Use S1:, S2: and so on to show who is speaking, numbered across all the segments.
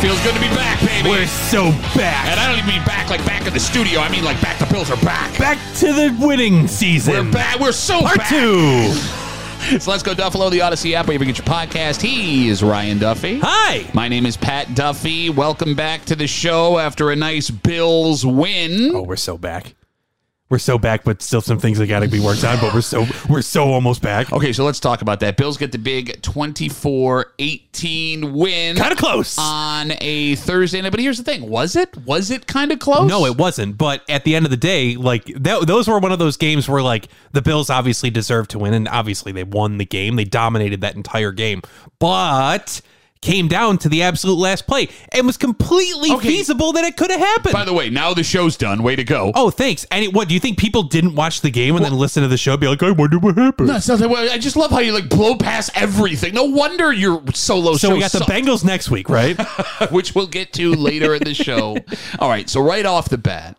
S1: Feels good to be back, baby.
S2: We're so back.
S1: and I don't even mean back like back in the studio. I mean like back. The Bills are back.
S2: Back to the winning season.
S1: We're back. We're so
S2: Part
S1: back.
S2: two.
S1: So let's go Duffalo, the Odyssey app, wherever you get your podcast. He is Ryan Duffy.
S2: Hi.
S1: My name is Pat Duffy. Welcome back to the show after a nice Bills win.
S2: Oh, we're so back. We're so back, but still some things that got to be worked on. But we're so we're so almost back.
S1: Okay, so let's talk about that. Bills get the big 24-18 win
S2: Kind of close.
S1: on a Thursday night. But here's the thing. Was it? Was it kind of close?
S2: No, it wasn't. But at the end of the day, like that, those were one of those games where like the Bills obviously deserved to win, and obviously they won the game. They dominated that entire game, but came down to the absolute last play and was completely
S1: Okay.
S2: feasible that it could have happened.
S1: By the way, now the show's done. Way to go.
S2: oh, thanks. And it, what do you think? People didn't watch the game and then listen to the show, and be like, I wonder what happened.
S1: That's not that way. I just love how you like blow past everything. No wonder your solo
S2: so
S1: show
S2: we got the
S1: sucked.
S2: Bengals next week, right?
S1: which we'll get to later in the show. All right, so right off the bat,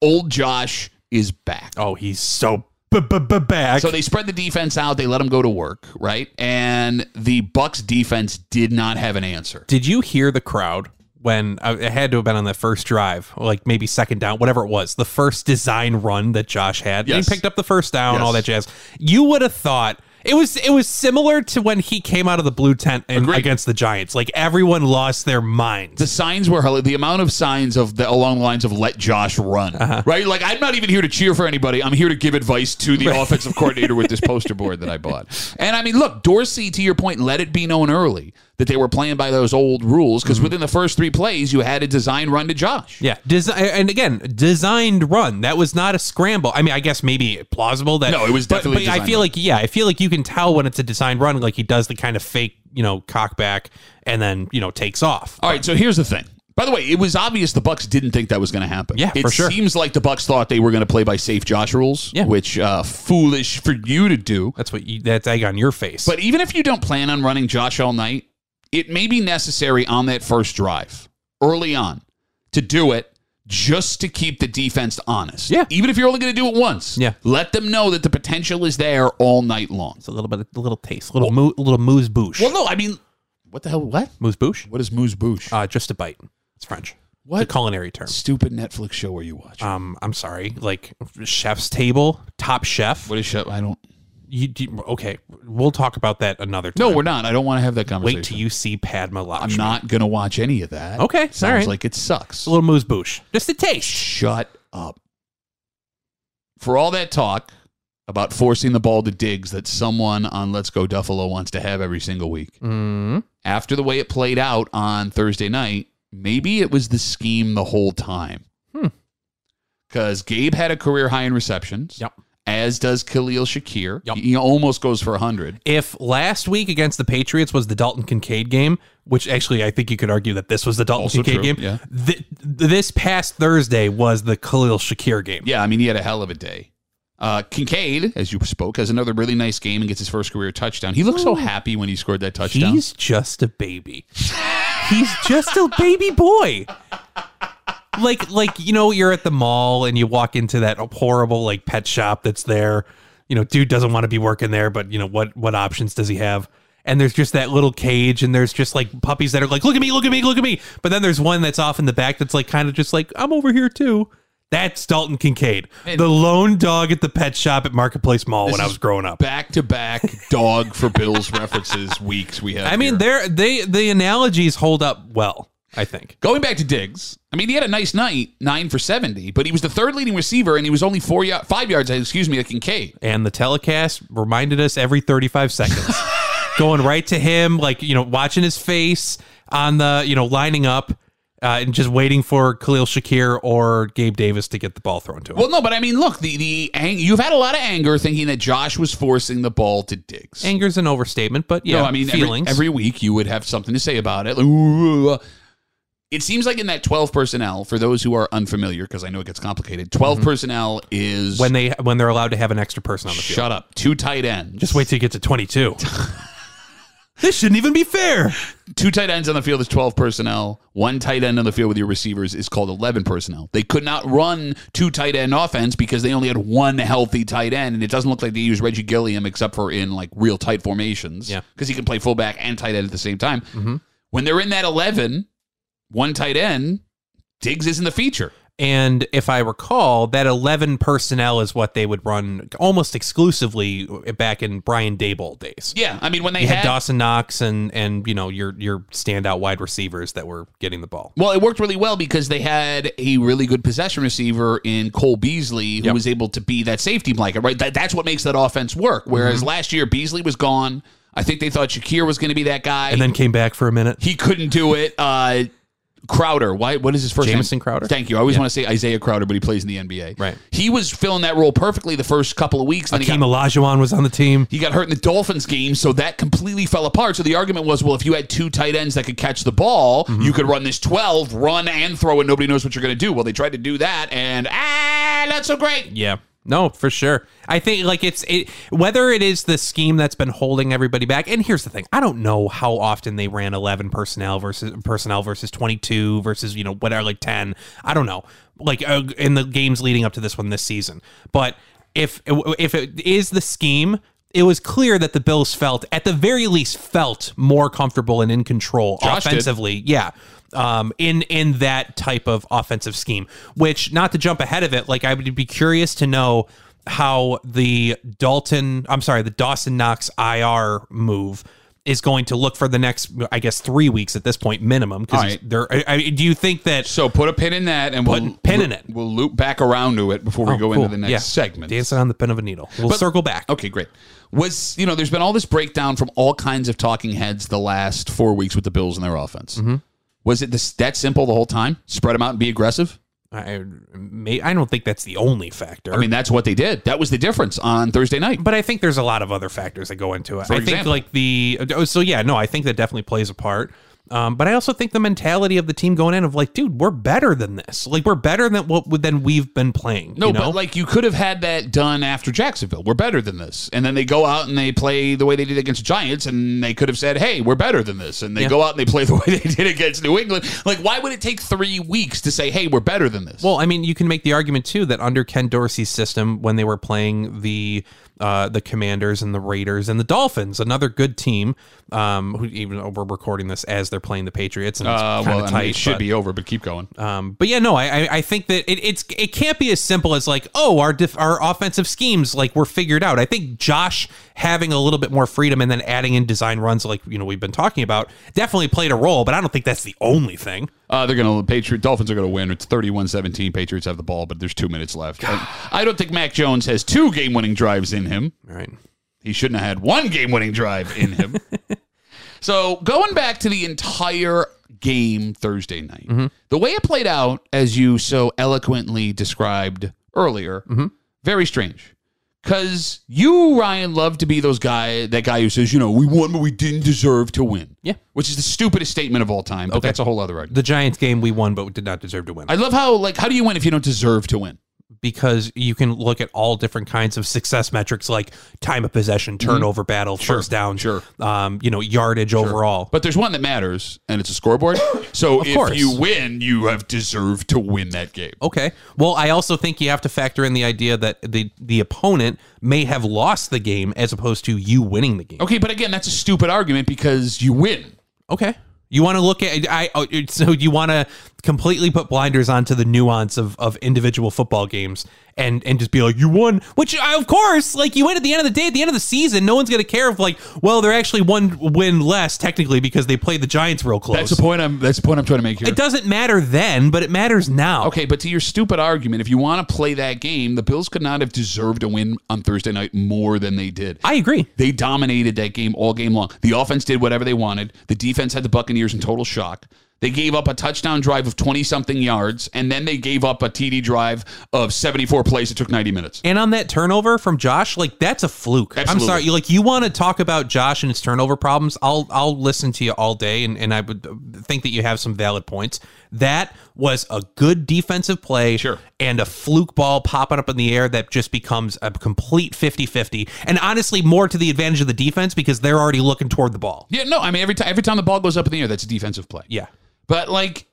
S1: old Josh is back.
S2: oh, he's so b- b- b- back.
S1: So they spread the defense out, they let him go to work, right? And the Bucks defense did not have an answer.
S2: Did you hear the crowd when uh, it had to have been on that first drive, or like maybe second down, whatever it was, the first design run that Josh had?
S1: Yes.
S2: He picked up the first down, all that
S1: Yes.
S2: jazz. You would have thought it was it was similar to when he came out of the blue tent and
S1: Agreed.
S2: against the Giants. Like everyone lost their minds.
S1: The signs were hell- the amount of signs of the along the lines of let Josh run,
S2: Uh-huh.
S1: right? Like I'm not even here to cheer for anybody. I'm here to give advice to the offensive coordinator with this poster board that I bought. And I mean, look, Dorsey, to your point, let it be known early that they were playing by those old rules because within the first three plays, you had a design run to Josh.
S2: Mm-hmm. Yeah, Desi- and again, designed run. That was not a scramble. I mean, I guess maybe plausible that.
S1: No, it was
S2: but-
S1: definitely
S2: But, I
S1: designed
S2: feel
S1: run.
S2: like yeah, I feel like you can tell when it's a designed run. Like he does the kind of fake, you know, cock back and then you know takes off.
S1: All right, so here's the thing. By the way, it was obvious the Bucks didn't think that was going to happen.
S2: Yeah,
S1: it
S2: for sure.
S1: seems like the Bucks thought they were going to play by safe Josh rules,
S2: Yeah.
S1: which uh, foolish for you to do.
S2: That's what you, that's egg on your face.
S1: But even if you don't plan on running Josh all night, it may be necessary on that first drive early on to do it just to keep the defense honest.
S2: Yeah.
S1: Even if you're only going to do it once,
S2: Yeah.
S1: let them know that the potential is there all night long.
S2: it's a little bit, a little taste, a little moo, a little moose bouche.
S1: Well, no, I mean, what the hell? What?
S2: moose bouche?
S1: What is Moose Bouche?
S2: Uh, just a bite. It's French.
S1: What?
S2: It's a culinary term.
S1: Stupid Netflix show where you watch.
S2: Um, I'm sorry. Like chef's table, top chef.
S1: what is show? I don't.
S2: You, do- okay, we'll talk about that another time.
S1: No, we're not. I don't want to have that conversation.
S2: wait till you see Padma Lakshmi.
S1: I'm not going to watch any of that.
S2: Okay,
S1: Sounds
S2: all right.
S1: like it sucks.
S2: a little moose bouche. Just a taste.
S1: Shut up. For all that talk about forcing the ball to digs that someone on Let's Go Duffalo wants to have every single week,
S2: Mm.
S1: after the way it played out on Thursday night, maybe it was the scheme the whole time.
S2: Hmm.
S1: Because Gabe had a career high in receptions.
S2: Yep.
S1: As does Khalil Shakir.
S2: Yep.
S1: He almost goes for 100.
S2: If last week against the Patriots was the Dalton Kincaid game, which actually I think you could argue that this was the Dalton
S1: Also
S2: Kincaid
S1: true,
S2: game,
S1: yeah.
S2: th- this past Thursday was the Khalil Shakir game.
S1: Yeah, I mean, he had a hell of a day. Uh, Kincaid, as you spoke, has another really nice game and gets his first career touchdown. He looked so happy when he scored that touchdown.
S2: He's just a baby. He's just a baby boy. Like like you know you're at the mall and you walk into that horrible like pet shop that's there. You know, dude doesn't want to be working there, but you know what what options does he have? And there's just that little cage and there's just like puppies that are like look at me, look at me, look at me. But then there's one that's off in the back that's like kind of just like I'm over here too. That's Dalton Kincaid, the lone dog at the pet shop at Marketplace Mall when I
S1: is
S2: was growing up.
S1: Back to back dog for Bills references weeks we have.
S2: I mean,
S1: here.
S2: they're, they the analogies hold up well, I think.
S1: going back to Diggs, I mean, he had a nice night, nine for 70, but he was the third leading receiver and he was only four y- five yards, excuse me, at Kincaid.
S2: And the telecast reminded us every 35 seconds, going right to him, like you know, watching his face on the you know lining up. Uh, and just waiting for Khalil Shakir or Gabe Davis to get the ball thrown to him.
S1: Well, no, but I mean, look, the, the ang- you've had a lot of anger thinking that Josh was forcing the ball to Diggs.
S2: Anger's an overstatement, but yeah,
S1: no, I mean every-
S2: feelings.
S1: Every, week you would have something to say about it. Like, "Ooh." It seems like in that twelve personnel, for those who are unfamiliar, because I know it gets complicated, 12 personnel is
S2: Mm-hmm. when they when they're allowed to have an extra person on the field.
S1: shut up, two tight ends,
S2: Just wait till you get to 22. this shouldn't even be fair.
S1: two tight ends on the field is twelve personnel. One tight end on the field with your receivers is called eleven personnel. They could not run two tight end offense because they only had one healthy tight end, and it doesn't look like they use Reggie Gilliam except for in like real tight formations.
S2: Yeah. Mm-hmm.
S1: because he can play fullback and tight end at the same time. When they're in that eleven, one tight end, Diggs isn't the feature.
S2: And if I recall, that 11 personnel is what they would run almost exclusively back in Brian Dable days.
S1: Yeah, I mean when they
S2: You had
S1: had
S2: Dawson Knox and and you know your your standout wide receivers that were getting the ball.
S1: Well, it worked really well because they had a really good possession receiver in Cole Beasley who
S2: Yep.
S1: was able to be that safety blanket, right? That, that's what makes that offense work. Whereas
S2: Mm-hmm.
S1: last year, Beasley was gone. I think they thought Shakir was going to be that guy.
S2: And then came back for a minute.
S1: he couldn't do it. Uh, Crowder, why? What is his first name?
S2: Jamison Crowder?
S1: Thank you. I always want to say Isaiah Crowder, but he plays in the NBA.
S2: Right.
S1: He was filling that role perfectly the first couple of weeks. Then he got
S2: Akeem Olajuwon was on the team.
S1: he got hurt in the Dolphins game, so that completely fell apart. So the argument was, well, if you had two tight ends that could catch the ball, you could run this 12, run and throw, and nobody knows what you're going to do. Well, they tried to do that, and ah, not so great.
S2: Yeah. No, for sure. I think like it's it, whether it is the scheme that's been holding everybody back. And here's the thing: I don't know how often they ran eleven personnel versus personnel versus twenty two versus you know whatever like ten. I don't know. Like uh, in the games leading up to this one this season, but if if it is the scheme. It was clear that the Bills felt, at the very least, felt more comfortable and in control
S1: Josh did.
S2: offensively. Yeah. Um, in in that type of offensive scheme, which not to jump ahead of it, like I would be curious to know how the Dalton, I'm sorry, the Dawson Knox IR move is going to look for the next, I guess, three weeks at this point minimum.
S1: All
S2: Because
S1: right.
S2: they're, I, I, do you think that
S1: So put a pin in Oh, that, and
S2: Put
S1: we'll
S2: pin in it.
S1: We'll loop back around to it before we go
S2: Cool.
S1: into the next
S2: Yeah.
S1: segment.
S2: dancing on the pin of a needle? We'll circle back.
S1: Okay, great. Was you know, there's been all this breakdown from all kinds of talking heads the last four weeks with the Bills and their offense. Was it this that simple the whole time? Spread them out and be aggressive.
S2: I, may, I don't think that's the only factor.
S1: I mean, that's what they did. That was the difference on Thursday night.
S2: but I think there's a lot of other factors that go into it. I think
S1: example.
S2: like the oh, so yeah, no, I think that definitely plays a part. Um, but I also think the mentality of the team going in of like, dude, we're better than this. Like we're better than what than we've been playing.
S1: No,
S2: you know?
S1: but like you could have had that done after Jacksonville. We're better than this. And then they go out and they play the way they did against the Giants, and they could have said, hey, we're better than this. And they go out and they play the way they did against New England. Like, why would it take three weeks to say, hey, we're better than this?
S2: Well, I mean, you can make the argument too that under Ken Dorsey's system, when they were playing the uh, the Commanders and the Raiders and the Dolphins, another good team, um, who even though we're recording this as they're playing the Patriots, and it's
S1: uh,
S2: kind
S1: well I
S2: of
S1: mean,
S2: tight.
S1: it should
S2: but-
S1: be over, but keep going.
S2: Um, but yeah, no, I, I- I think that it, it's it can't be as simple as like, oh, our def- our offensive schemes like were figured out. I think Josh having a little bit more freedom and then adding in design runs, like you know we've been talking about, definitely played a role. But I don't think that's the only thing.
S1: Uh, they're going to, Patriot, Dolphins are going to win. It's 31 17. Patriots have the ball, but there's two minutes left. And I don't think Mac Jones has two game winning drives in him.
S2: All right.
S1: He shouldn't have had one game winning drive in him. so going back to the entire game Thursday night,
S2: Mm-hmm.
S1: the way it played out, as you so eloquently described earlier,
S2: Mm-hmm.
S1: very strange. Cause you, Ryan, love to be those guy that guy who says, you know, we won but we didn't deserve to win.
S2: Yeah.
S1: Which is the stupidest statement of all time, but that's a whole other argument.
S2: The Giants game we won, but did not deserve to win
S1: I love how like how do you win if you don't deserve to win?
S2: because you can look at all different kinds of success metrics like time of possession, turnover battle, first down,
S1: Mm-hmm. sure.
S2: um, you know, yardage overall.
S1: But there's one that matters, and it's a scoreboard. So if
S2: course.
S1: you win, you have deserved to win that game.
S2: Okay. Well, I also think you have to factor in the idea that the the opponent may have lost the game as opposed to you winning the game.
S1: Okay, but again, that's a stupid argument because you win.
S2: Okay. You want to look at I oh, it- so you want to completely put blinders onto the nuance of of individual football games and and just be like you won, which I, of course, like you win at the end of the day, at the end of the season, no one's going to care if like well, they're actually one win less technically because they played the Giants real close.
S1: That's the point. I'm that's the point I'm trying to make here.
S2: it doesn't matter then, but it matters now.
S1: Okay, but to your stupid argument, if you want to play that game, the Bills could not have deserved a win on Thursday night more than they did.
S2: I agree.
S1: They dominated that game all game long. The offense did whatever they wanted. The defense had the Buccaneers in total shock. They gave up a touchdown drive of 20 something yards, and then they gave up a TD drive of 74 plays that took 90 minutes.
S2: And on that turnover from Josh, like that's a fluke.
S1: Absolutely.
S2: I'm sorry, you like you want to talk about Josh and his turnover problems? I'll I'll listen to you all day, and, and I would think that you have some valid points. That was a good defensive play,
S1: Sure.
S2: and a fluke ball popping up in the air that just becomes a complete 50-50. and honestly, more to the advantage of the defense because they're already looking toward the ball.
S1: Yeah, no, I mean, every, time every time the ball goes up in the air, that's a defensive play.
S2: Yeah,
S1: But like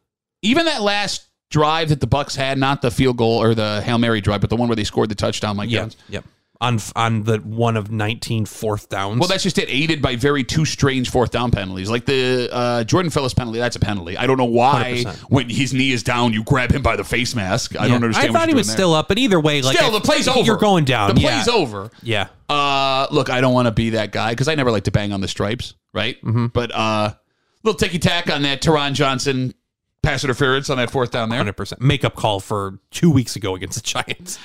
S1: even that last drive that the Bucks had, not the field goal or the Hail Mary drive, but the one where they scored the touchdown like
S2: yeah,
S1: Jones,
S2: yep. on on the one of 19 fourth downs.
S1: Well, that's just it, aided by very two strange fourth down penalties. Like the uh, Jordan Phillips penalty, that's a penalty. I don't know why
S2: 100%.
S1: when his knee is down, you grab him by the face mask. I don't
S2: Yeah.
S1: understand.
S2: I
S1: what
S2: thought he
S1: you're
S2: was
S1: doing
S2: still up, but either way,
S1: there.
S2: like
S1: still.
S2: I-
S1: the play's over.
S2: You're going down.
S1: The
S2: yeah.
S1: play's over.
S2: Yeah.
S1: Uh, look, I don't want to be that guy because I never like to bang on the stripes, right?
S2: Mm-hmm.
S1: But uh, little ticky tack on that Teron Johnson pass interference on that fourth down there.
S2: Hundred percent makeup call for two weeks ago against the Giants.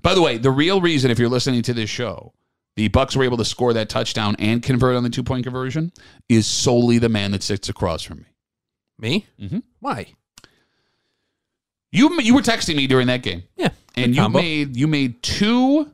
S1: By the way, the real reason, if you're listening to this show, the Bucks were able to score that touchdown and convert on the two point conversion is solely the man that sits across from me.
S2: Me?
S1: Mhm.
S2: Why?
S1: You you were texting me during that game,
S2: Yeah.
S1: and
S2: good
S1: you
S2: combo.
S1: made you made two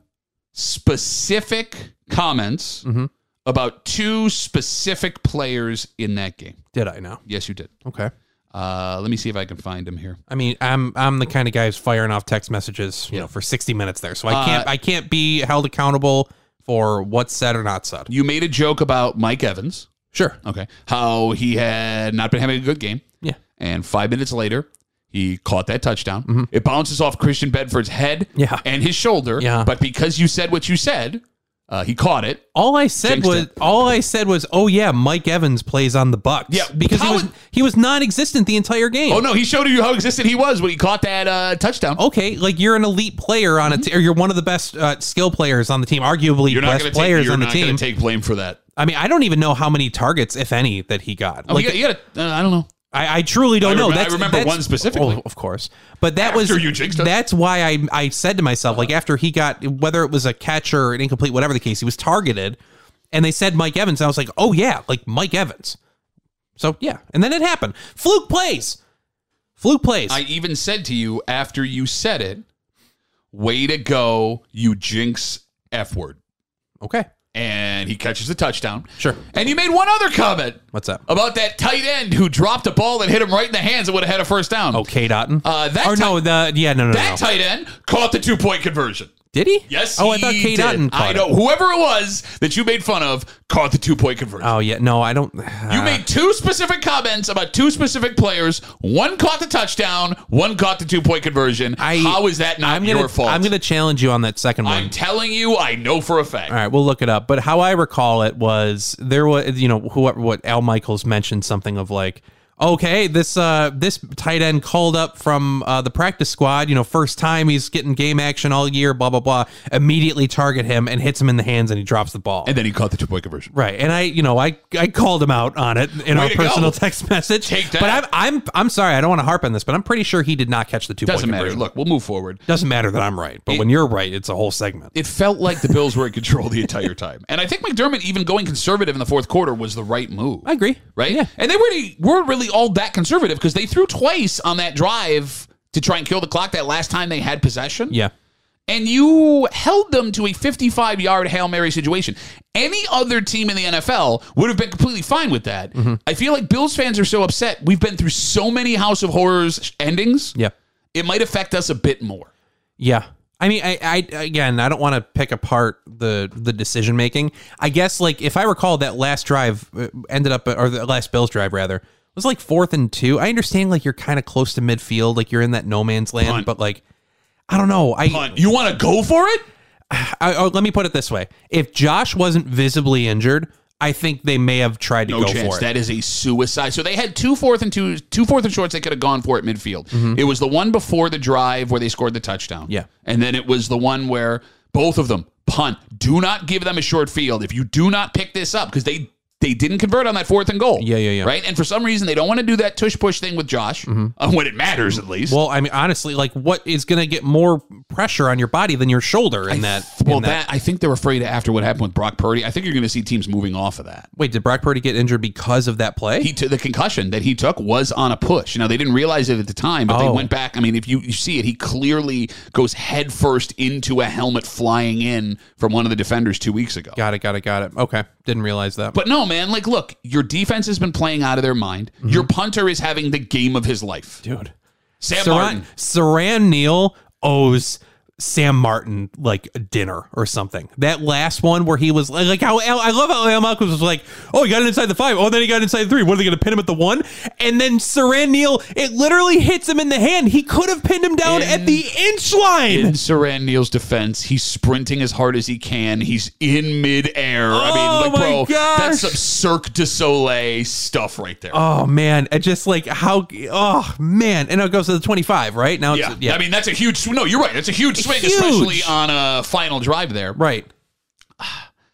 S1: specific comments
S2: Mhm.
S1: about two specific players in that game.
S2: Did I now?
S1: Yes, you did.
S2: Okay.
S1: Uh, let me see if I can find them here.
S2: I mean, I'm I'm the kind of guy who's firing off text messages, you know, for 60 minutes there. So
S1: Uh,
S2: I can't I can't be held accountable for what's said or not said.
S1: You made a joke about Mike Evans.
S2: Sure.
S1: Okay, how he had not been having a good game.
S2: Yeah.
S1: And five minutes later, he caught that touchdown. It bounces off Christian Bedford's head
S2: Mm-hmm. Yeah.
S1: and his shoulder.
S2: Yeah.
S1: But because you said what you said, uh, he caught it.
S2: All I said
S1: Jinxed
S2: was
S1: it.
S2: all I said was, "Oh yeah, Mike Evans plays on the Bucks."
S1: Yeah,
S2: because he
S1: how
S2: was
S1: it-
S2: he was non-existent the entire game.
S1: Oh, no, he showed you how existent he was when he caught that uh, touchdown.
S2: Okay, like you're an elite player on a t- or you're one of the best uh, skill players on the team, arguably
S1: Mm-hmm. you're not
S2: best
S1: going to
S2: players
S1: take, you're
S2: on the
S1: not
S2: team.
S1: gonna take blame for that.
S2: I mean, I don't even know how many targets, if any, that he got.
S1: Oh,
S2: Like,
S1: you got- you gotta- uh, I don't know.
S2: I, I truly
S1: I
S2: don't know.
S1: remem- I
S2: That's,
S1: remember
S2: that's-
S1: one specifically.
S2: Oh, of course, but that was
S1: After you jinxed us.
S2: that's why I I said to myself like after he got whether it was a catch or an incomplete, whatever the case, he was targeted, and they said Mike Evans. I was like, oh yeah, like Mike Evans. So yeah, and then it happened. Fluke plays. Fluke plays.
S1: I even said to you after you said it, way to go, you jinx F word.
S2: okay,
S1: And he catches the touchdown.
S2: Sure.
S1: And you made one other comment
S2: what's up?
S1: about that tight end who dropped a ball that hit him right in the hands and would have had a first down.
S2: Okay, Oh, Dotton.
S1: Uh, that
S2: or no, the yeah, no, no, no.
S1: That tight end caught the two point conversion.
S2: Did he?
S1: Yes.
S2: Oh, I
S1: he
S2: thought K.
S1: did.
S2: Dotton caught
S1: I
S2: it.
S1: know whoever it was that you made fun of caught the two point conversion.
S2: Oh yeah, no, I don't.
S1: you
S2: uh.
S1: made two specific comments about two specific players. One caught the touchdown. One caught the two point conversion.
S2: I-
S1: How is that not
S2: I'm gonna.
S1: your fault?
S2: I'm gonna challenge you on that second one.
S1: I'm telling you, I know for a fact.
S2: All right, we'll look it up. But how I recall it was there was you know whoever what Al Michaels mentioned something of like okay this uh this tight end called up from uh, the practice squad you know first time he's getting game action all year blah blah blah immediately target him and hits him in the hands and he drops the ball.
S1: And then he caught the two point conversion.
S2: Right, and I, you know, I, I called him out on it in our
S1: to go.
S2: personal text message.
S1: Take that.
S2: But I'm, I'm, I'm sorry, I don't want to harp on this, but I'm pretty sure he did not catch the two.
S1: Doesn't matter. Look, we'll move forward.
S2: Doesn't matter that I'm right, but when you're right, it's a whole segment.
S1: it felt like the Bills were in control the entire time. And I think McDermott even going conservative in the fourth quarter was the right move.
S2: I agree.
S1: Right?
S2: Yeah.
S1: And they really weren't really all that conservative because they threw twice on that drive to try and kill the clock that last time they had possession.
S2: Yeah.
S1: And you held them to a 55 yard Hail Mary situation. Any other team in the NFL would have been completely fine with that.
S2: Mm-hmm.
S1: I feel like Bills fans are so upset. We've been through so many House of Horrors endings.
S2: Yeah.
S1: It might affect us a bit more.
S2: Yeah. I mean, I, I again, I don't want to pick apart the the decision making. I guess like if I recall, that last drive uh, ended up, or the last Bills drive rather, was like fourth and two. I understand like you're kind of close to midfield, like you're in that no man's land,
S1: Punt.
S2: but like I don't know. I,
S1: But you want to go for it?
S2: I oh, let me put it this way: if Josh wasn't visibly injured, I think they may have tried to
S1: no
S2: go
S1: chance.
S2: for it.
S1: That is a suicide. So they had two fourth and two two fourth and shorts they could have gone for at midfield. It was the one before the drive where they scored the touchdown.
S2: Mm-hmm. Yeah.
S1: And then it was the one where both of them punt. Do not give them a short field. If you do not pick this up, because they they didn't convert on that fourth and goal.
S2: Yeah, yeah, yeah.
S1: Right? And for some reason they don't want to do that tush push thing with Josh. uh, when it matters at least.
S2: well, I mean, honestly, like what is going to get more pressure on your body than your shoulder in that?
S1: well,
S2: in that,
S1: that I think they're afraid after what happened with Brock Purdy. I think you're going to see teams moving off of that.
S2: wait, did Brock Purdy get injured because of that play?
S1: he took the concussion that he took was on a push. Now they didn't realize it at the time, but they
S2: Oh.
S1: went back. I mean, if you, you see it, he clearly goes headfirst into a helmet flying in from one of the defenders two weeks ago.
S2: Got it, got it, got it. Okay. Didn't realize that.
S1: But no, man, like look, your defense has been playing out of their mind.
S2: Mm-hmm.
S1: Your punter is having the game of his life.
S2: dude.
S1: Sam
S2: Saran,
S1: Martin.
S2: Saran Neal owes Sam Martin like dinner or something. That last one where he was like, like how Al, I love how Al Malcolm was like, oh, he got it inside the five. Oh, then he got inside the three. What are they going to pin him at the one? And then Saran Neal, it literally hits him in the hand. He could have pinned him down
S1: In-
S2: at the inch line.
S1: In Saran Neal's defense, he's sprinting as hard as he can. He's in midair. I
S2: Oh,
S1: mean, like,
S2: my
S1: bro, that's some
S2: gosh.
S1: Cirque du Soleil stuff right there.
S2: oh man, and just like how, oh man, and now it goes to the twenty five, right? Now,
S1: yeah.
S2: it's, yeah,
S1: I mean, that's a huge sw- No, you're right. That's a huge swing,
S2: Huge.
S1: especially on a final drive there.
S2: right.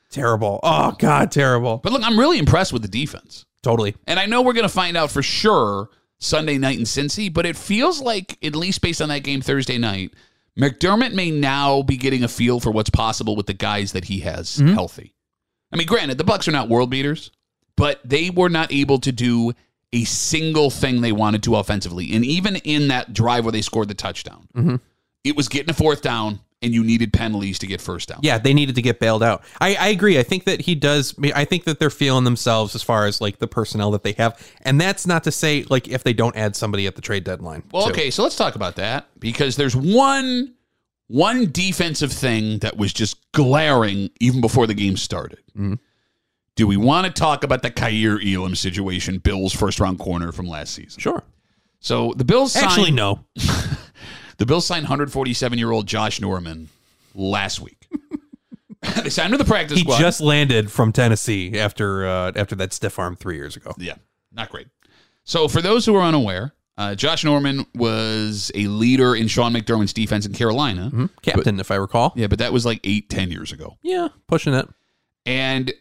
S2: terrible. Oh god, terrible.
S1: But look, I'm really impressed with the defense.
S2: Totally.
S1: And I know we're going to find out for sure Sunday night in Cincy, but it feels like, at least based on that game Thursday night, McDermott may now be getting a feel for what's possible with the guys that he has healthy. I mean, granted, the Bucks are not world beaters, but they were not able to do a single thing they wanted to offensively. And even in that drive where they scored the touchdown, it was getting a fourth down, and you needed penalties to get first down.
S2: Yeah, they needed to get bailed out. I, I agree. I think that he does. I think that they're feeling themselves as far as like the personnel that they have, and that's not to say like if they don't add somebody at the trade deadline.
S1: Well,
S2: too.
S1: okay, so let's talk about that because there's one one defensive thing that was just glaring even before the game started.
S2: Mm-hmm.
S1: Do we want to talk about the Kair Elam situation, Bills first round corner from last season?
S2: sure.
S1: So the Bills signed,
S2: Actually, no.
S1: the Bills signed 147 year old Josh Norman last week. they signed him to the practice
S2: He
S1: squad.
S2: just landed from Tennessee after uh, after that stiff arm three years ago.
S1: Yeah, not great. So, for those who are unaware, uh, Josh Norman was a leader in Sean McDermott's defense in Carolina.
S2: Mm-hmm. Captain, if I recall.
S1: Yeah, but that was like eight, ten years ago.
S2: Yeah, pushing it.
S1: And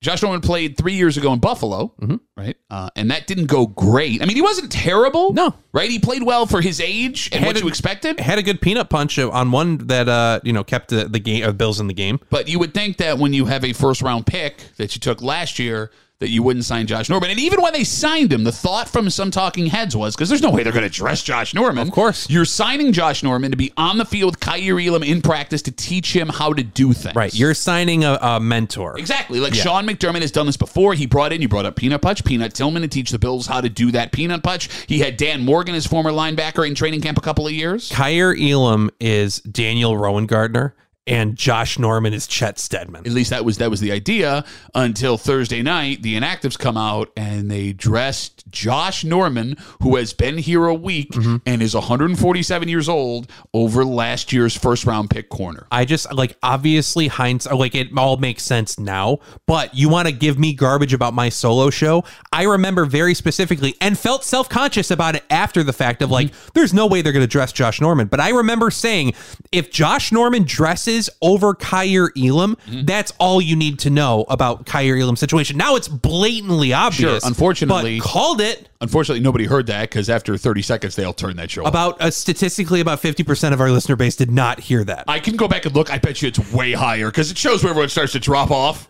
S1: Josh Norman played three years ago in Buffalo,
S2: Mm-hmm.
S1: right? Uh, and that didn't go great. I mean, he wasn't terrible.
S2: No.
S1: Right? He played well for his age and
S2: Had
S1: what
S2: a-
S1: you expected.
S2: Had a good peanut punch on one that uh you know kept the, the game uh, Bills in the game.
S1: But you would think that when you have a first round pick that you took last year, that you wouldn't sign Josh Norman. And even when they signed him, the thought from some talking heads was because there's no way they're going to dress Josh Norman. Of
S2: course.
S1: You're signing Josh Norman to be on the field with Kyrie Elam in practice to teach him how to do things.
S2: Right, you're signing a, a mentor.
S1: Exactly. Like Sean McDermott has done this before. He brought in, you brought up Peanut Punch, Peanut Tillman to teach the Bills how to do that Peanut Punch. He had Dan Morgan, his former linebacker, in training camp a couple of years.
S2: Kyer Elam is Daniel Rowan Gardner, and Josh Norman is Chet Stedman.
S1: At least that was that was the idea until Thursday night. The inactives come out and they dressed Josh Norman, who has been here a week and is 147 years old, over last year's first round pick corner.
S2: I just like obviously hindsight, like it all makes sense now, but you want to give me garbage about my solo show. I remember very specifically and felt self conscious about it after the fact of like, there's no way they're going to dress Josh Norman. But I remember saying, if Josh Norman dresses over Kyer Elam, that's all you need to know about Kyer Elam's situation. Now it's blatantly obvious.
S1: unfortunately-
S2: but called it.
S1: Unfortunately, nobody heard that because after 30 seconds, they all turned that show off.
S2: About uh, statistically, about 50% of our listener base did not hear that.
S1: I can go back and look. I bet you it's way higher because it shows where everyone starts to drop off.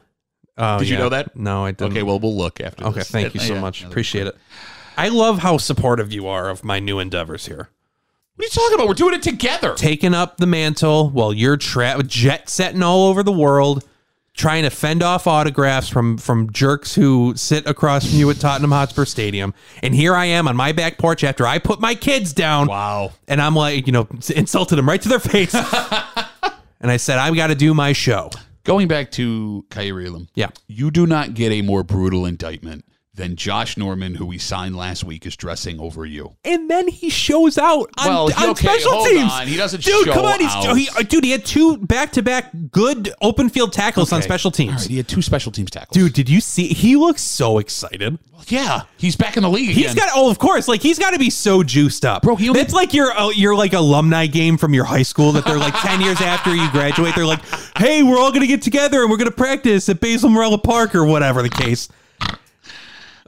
S2: Oh,
S1: Uh, Did you
S2: yeah.
S1: know that?
S2: No, I didn't.
S1: Okay, well, we'll look after
S2: Okay,
S1: this.
S2: thank you so
S1: Yeah.
S2: much.
S1: Yeah,
S2: Appreciate it. I love how supportive you are of my new endeavors here.
S1: What are you talking about? We're doing it together.
S2: Taking up the mantle while you're tra- jet setting all over the world, trying to fend off autographs from from jerks who sit across from you at Tottenham Hotspur Stadium. And here I am on my back porch after I put my kids down.
S1: Wow.
S2: And I'm like, you know, insulted them right to their face. and I said, I've got to do my show.
S1: Going back to Kyrie Elam.
S2: Yeah.
S1: You do not get a more brutal indictment than Josh Norman, who we signed last week, is dressing over you.
S2: and then he shows out on,
S1: Well,
S2: on
S1: okay,
S2: special
S1: hold
S2: teams.
S1: on. He doesn't
S2: dude,
S1: show
S2: come on, he's,
S1: out.
S2: He, uh, dude, he had two back-to-back good open field tackles on
S1: Okay.
S2: special
S1: All
S2: teams.
S1: right, he had two special teams tackles.
S2: Dude, did you see? He looks so excited.
S1: yeah, he's back in the league
S2: He's
S1: again.
S2: got oh, of course, like he's got to be so juiced up,
S1: Bro, he only-
S2: That's like your uh, your like alumni game from your high school that they're like ten years after you graduate. They're like, hey, we're all gonna get together and we're gonna practice at Basil Morella Park or whatever the case.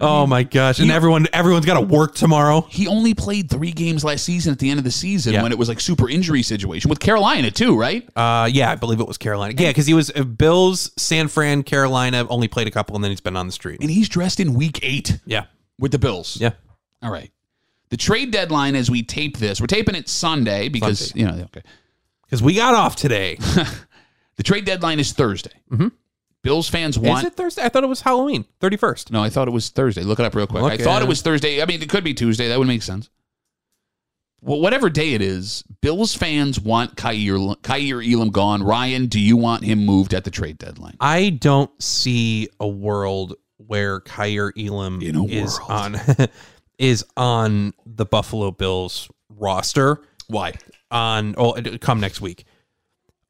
S2: Oh my gosh! And everyone everyone's got to work tomorrow.
S1: he only played three games last season at the end of the season
S2: Yeah.
S1: when it was like super injury situation with Carolina too, right?
S2: Uh, yeah, I believe it was Carolina. Yeah, because he was uh, Bills, San Fran, Carolina. Only played a couple, and then he's been on the street.
S1: and he's dressed in week eight
S2: Yeah,
S1: with the Bills.
S2: yeah.
S1: All right. The trade deadline as we tape this, we're taping it Sunday because, you know, okay.
S2: Because we got off today.
S1: The trade deadline is Thursday. Bills fans
S2: Mm-hmm. Is
S1: want.
S2: it Thursday? I thought it was Halloween, thirty first.
S1: No, I thought it was Thursday. Look it up real quick.
S2: Look
S1: I thought
S2: at-
S1: it was Thursday. I mean, it could be Tuesday. That would make sense. well, whatever day it is, Bills fans want Kyir, Kyir Elam gone. Ryan, do you want him moved at the trade deadline?
S2: I don't see a world where Kyer Elam
S1: In a
S2: is
S1: world.
S2: on is on the Buffalo Bills roster
S1: Why?
S2: on oh come next week.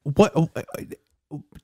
S2: What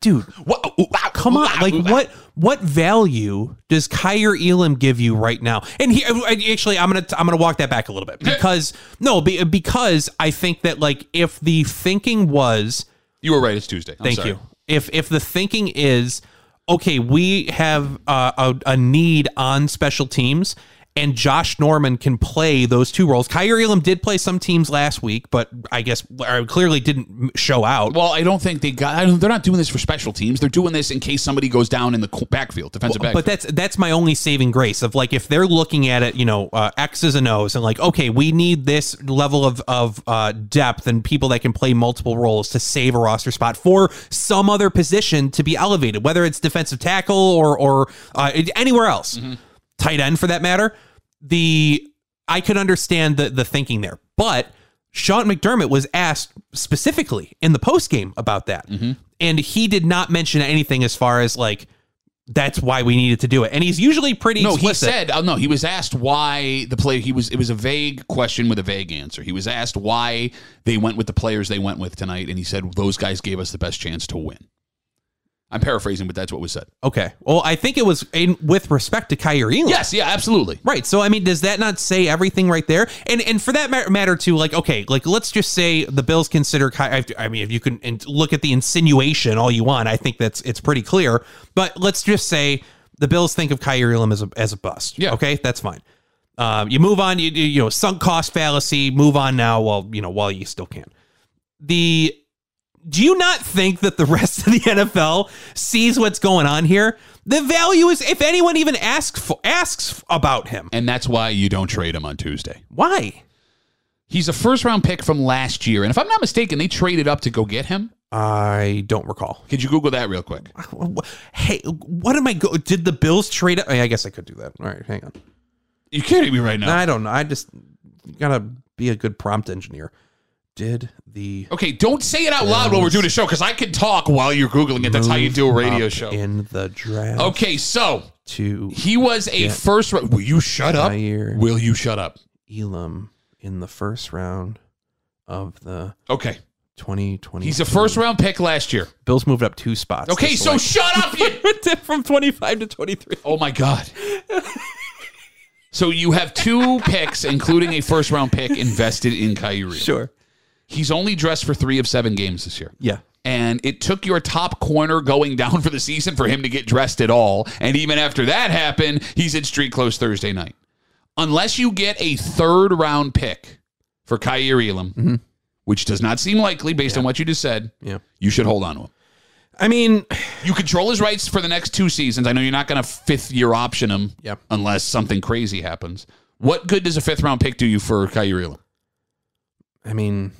S2: dude,
S1: What? ooh, wow,
S2: come
S1: ooh,
S2: on.
S1: wow,
S2: Like
S1: ooh, wow.
S2: what what value does Kyer Elam give you right now? And he and actually I'm going to I'm going to walk that back a little bit because no, be, because I think that like if the thinking was
S1: You were right. It's Tuesday. I'm
S2: Thank
S1: sorry.
S2: you. If if the thinking is okay, we have uh, a, a need on special teams, and Josh Norman can play those two roles. Kyrie Elam did play some teams last week, but I guess or clearly didn't show out.
S1: Well, I don't think they got. I don't, they're not doing this for special teams. They're doing this in case somebody goes down in the co- backfield, defensive
S2: but
S1: backfield.
S2: that's that's my only saving grace of like if they're looking at it, you know, uh, X's and O's, and like okay, we need this level of of uh, depth and people that can play multiple roles to save a roster spot for some other position to be elevated, whether it's defensive tackle or or uh, anywhere else, tight end for that matter. The I could understand the the thinking there, but Sean McDermott was asked specifically in the post game about that,
S1: Mm-hmm.
S2: and he did not mention anything as far as like that's why we needed to do it. And he's usually pretty
S1: no, he
S2: explicit.
S1: said. Oh, no, he was asked why the play. He was. It was a vague question with a vague answer. He was asked why they went with the players they went with tonight, and he said those guys gave us the best chance to win. I'm paraphrasing, but that's what was said.
S2: okay. Well, I think it was in with respect to Kyrie. Elam.
S1: Yes, yeah, absolutely.
S2: Right. So I mean, does that not say everything right there? And and for that ma- matter too, like okay, like let's just say the Bills consider. Ky- I I mean, if you can and look at the insinuation all you want, I think that's it's pretty clear. But let's just say the Bills think of Kyrie Elam as a as a bust.
S1: Yeah.
S2: Okay, that's fine. Um, you move on. You you you know sunk cost fallacy. Move on now. While you know while you still can. The do you not think that the rest of the NFL sees what's going on here? The value is if anyone even asks for, asks about him.
S1: And that's why you don't trade him on Tuesday.
S2: Why?
S1: He's a first round pick from last year, and if I'm not mistaken, they traded up to go get him.
S2: I don't recall.
S1: Could you Google that real quick?
S2: Hey, what am I go? Did the Bills trade? up? I guess I could do that. All right, hang on.
S1: You kidding me right now?
S2: I don't know. I just gotta be a good prompt engineer. Did the
S1: Okay, don't say it out loud while we're doing a show because I can talk while you're Googling it. That's how you do a radio
S2: up
S1: show. Oh.
S2: in the draft
S1: Okay, so
S2: to
S1: he was a first round. Will you shut up?
S2: Jair.
S1: Will you shut up?
S2: Elam in the first round of the
S1: Okay.
S2: 2020?
S1: He's a first
S2: Mm-hmm.
S1: round pick last year.
S2: Bills moved up two spots. to
S1: Okay, so
S2: select-
S1: shut up, you.
S2: from 25 to 23.
S1: Oh my God. So you have two picks, including a first round pick, invested in Kyrie.
S2: Sure.
S1: He's only dressed for three of seven games this year.
S2: Yeah.
S1: and it took your top corner going down for the season for him to get dressed at all. And even after that happened, he's in street clothes Thursday night. Unless you get a third round pick for Kyrie Elam, which does not seem likely based on what you just said,
S2: Mm-hmm. Yeah.
S1: you should hold on to him.
S2: I mean,
S1: You control his rights for the next two seasons. I know you're not going to fifth year option him
S2: Yep.
S1: unless something crazy happens. What good does a fifth round pick do you for Kyrie Elam?
S2: I mean,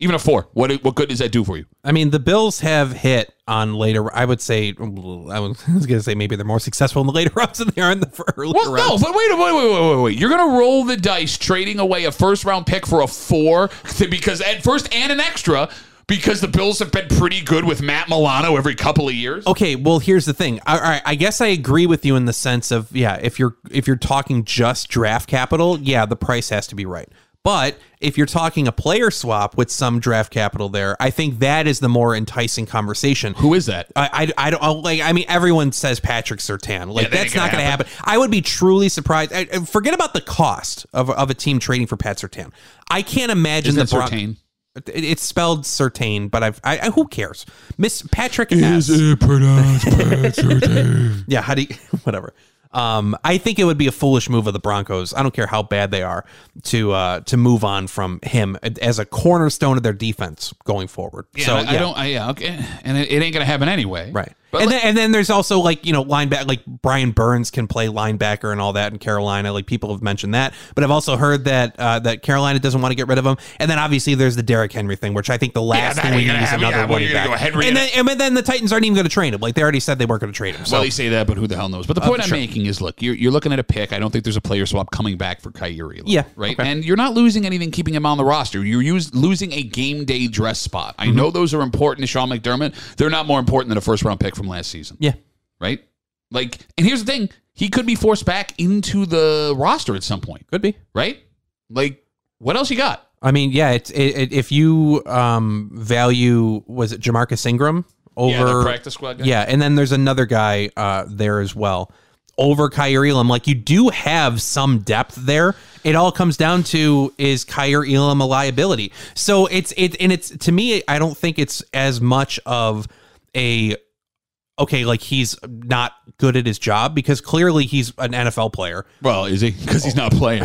S1: Even a four. What what good does that do for you?
S2: I mean, the Bills have hit on later. I would say, I was going to say maybe they're more successful in the later rounds than they are in the fir- earlier
S1: Well,
S2: rounds.
S1: no, but wait, wait, wait, wait, wait, wait. You're gonna roll the dice trading away a first round pick for a four to- because at first and an extra because the Bills have been pretty good with Matt Milano every couple of years.
S2: Okay, well, here's the thing. All right, I guess I agree with you in the sense of yeah, if you're if you're talking just draft capital, yeah, the price has to be right. But if you're talking a player swap with some draft capital there, I think that is the more enticing conversation.
S1: Who is that?
S2: I, I, I don't oh, like. I mean, everyone says Patrick Sertan. Like
S1: Yeah, that
S2: that's
S1: ain't
S2: not
S1: gonna
S2: going to happen. I would be truly surprised. I, I- forget about the cost of, of a team trading for Pat Sertan. I can't imagine
S1: Isn't that
S2: the Bron-
S1: Sertain?
S2: It- It's spelled Sertain, but I've I, I who cares? Miss Patrick S.
S1: it pronounced Patrick?
S2: Yeah, how do you, whatever. Um, I think it would be a foolish move of the Broncos. I don't care how bad they are to uh, to move on from him as a cornerstone of their defense going forward.
S1: yeah,
S2: so
S1: I, I don't. I, yeah, okay. And it, it ain't gonna happen anyway.
S2: Right.
S1: But
S2: and
S1: like-
S2: then, and then there's also like you know linebacker like Brian Burns can play linebacker and all that in Carolina. Like people have mentioned that, but I've also heard that uh, that Carolina doesn't want to get rid of him. And then obviously there's the Derrick Henry thing, which I think the last
S1: nah,
S2: thing we
S1: you're
S2: need
S1: gonna
S2: is
S1: have-
S2: another
S1: yeah, well,
S2: running
S1: you're gonna
S2: back.
S1: go Henry
S2: and
S1: and-
S2: then and then the Titans aren't even going to trade him. Like they already said they weren't going to trade him. So Uh,
S1: Well, they say that, but who the hell knows? But the point I'm making is, look, you're, you're looking at a pick. I don't think there's a player swap coming back for Kyrie. Like,
S2: Yeah,
S1: right.
S2: okay.
S1: And you're not losing anything keeping him on the roster. You're use, losing a game day dress spot. I
S2: Mm-hmm.
S1: know those are important to Sean McDermott. They're not more important than a first round pick from last season.
S2: yeah,
S1: Right. Like, and here's the thing: he could be forced back into the roster at some point.
S2: could be.
S1: Right. Like, what else you got?
S2: I mean, yeah, it's it, it, if you um value was it Jamarcus Ingram over
S1: squad.
S2: Yeah, and then there's another guy uh, there as well over Kyrie Elam. Like you do have some depth there. It all comes down to is Kyrie Elam a liability? So it's it and it's to me, I don't think it's as much of a okay, like he's not good at his job because clearly he's an NFL player.
S1: Well, is he? Because he's not playing